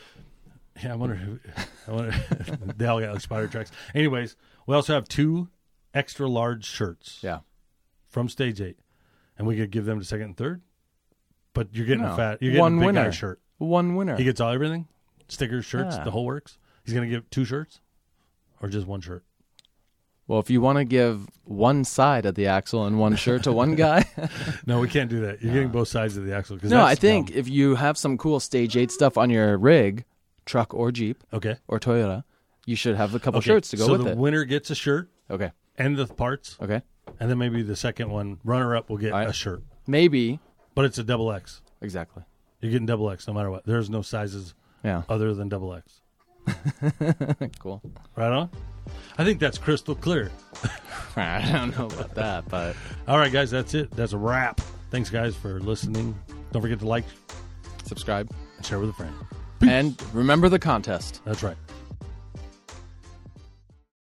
Yeah, I wonder. Who, I wonder. they all got like spider tracks. Anyways, we also have two extra large shirts. Yeah. from stage eight, and we could give them to second and third. But you're getting a No. fat, you're getting One a big guy winner. shirt. One winner. He gets all everything, stickers, shirts, Yeah. the whole works. He's gonna give two shirts, or just one shirt. Well, if you want to give one side of the axle and one shirt to one guy, No, we can't do that. You're getting both sides of the axle. 'cause No, that's I think dumb. if you have some cool stage eight stuff on your rig, truck or Jeep okay. or Toyota, you should have a couple Okay, shirts to go so with the it. winner gets a shirt okay. and the parts, Okay. and then maybe the second one, runner up, will get All right. a shirt. Maybe. But it's a double X. Exactly. You're getting double X no matter what. There's no sizes Yeah. other than double X. cool. Right on. I think that's crystal clear. I don't know about that, but All right, guys, that's it. That's a wrap. Thanks, guys, for listening. Don't forget to like subscribe and share with a friend. and remember the contest. That's right.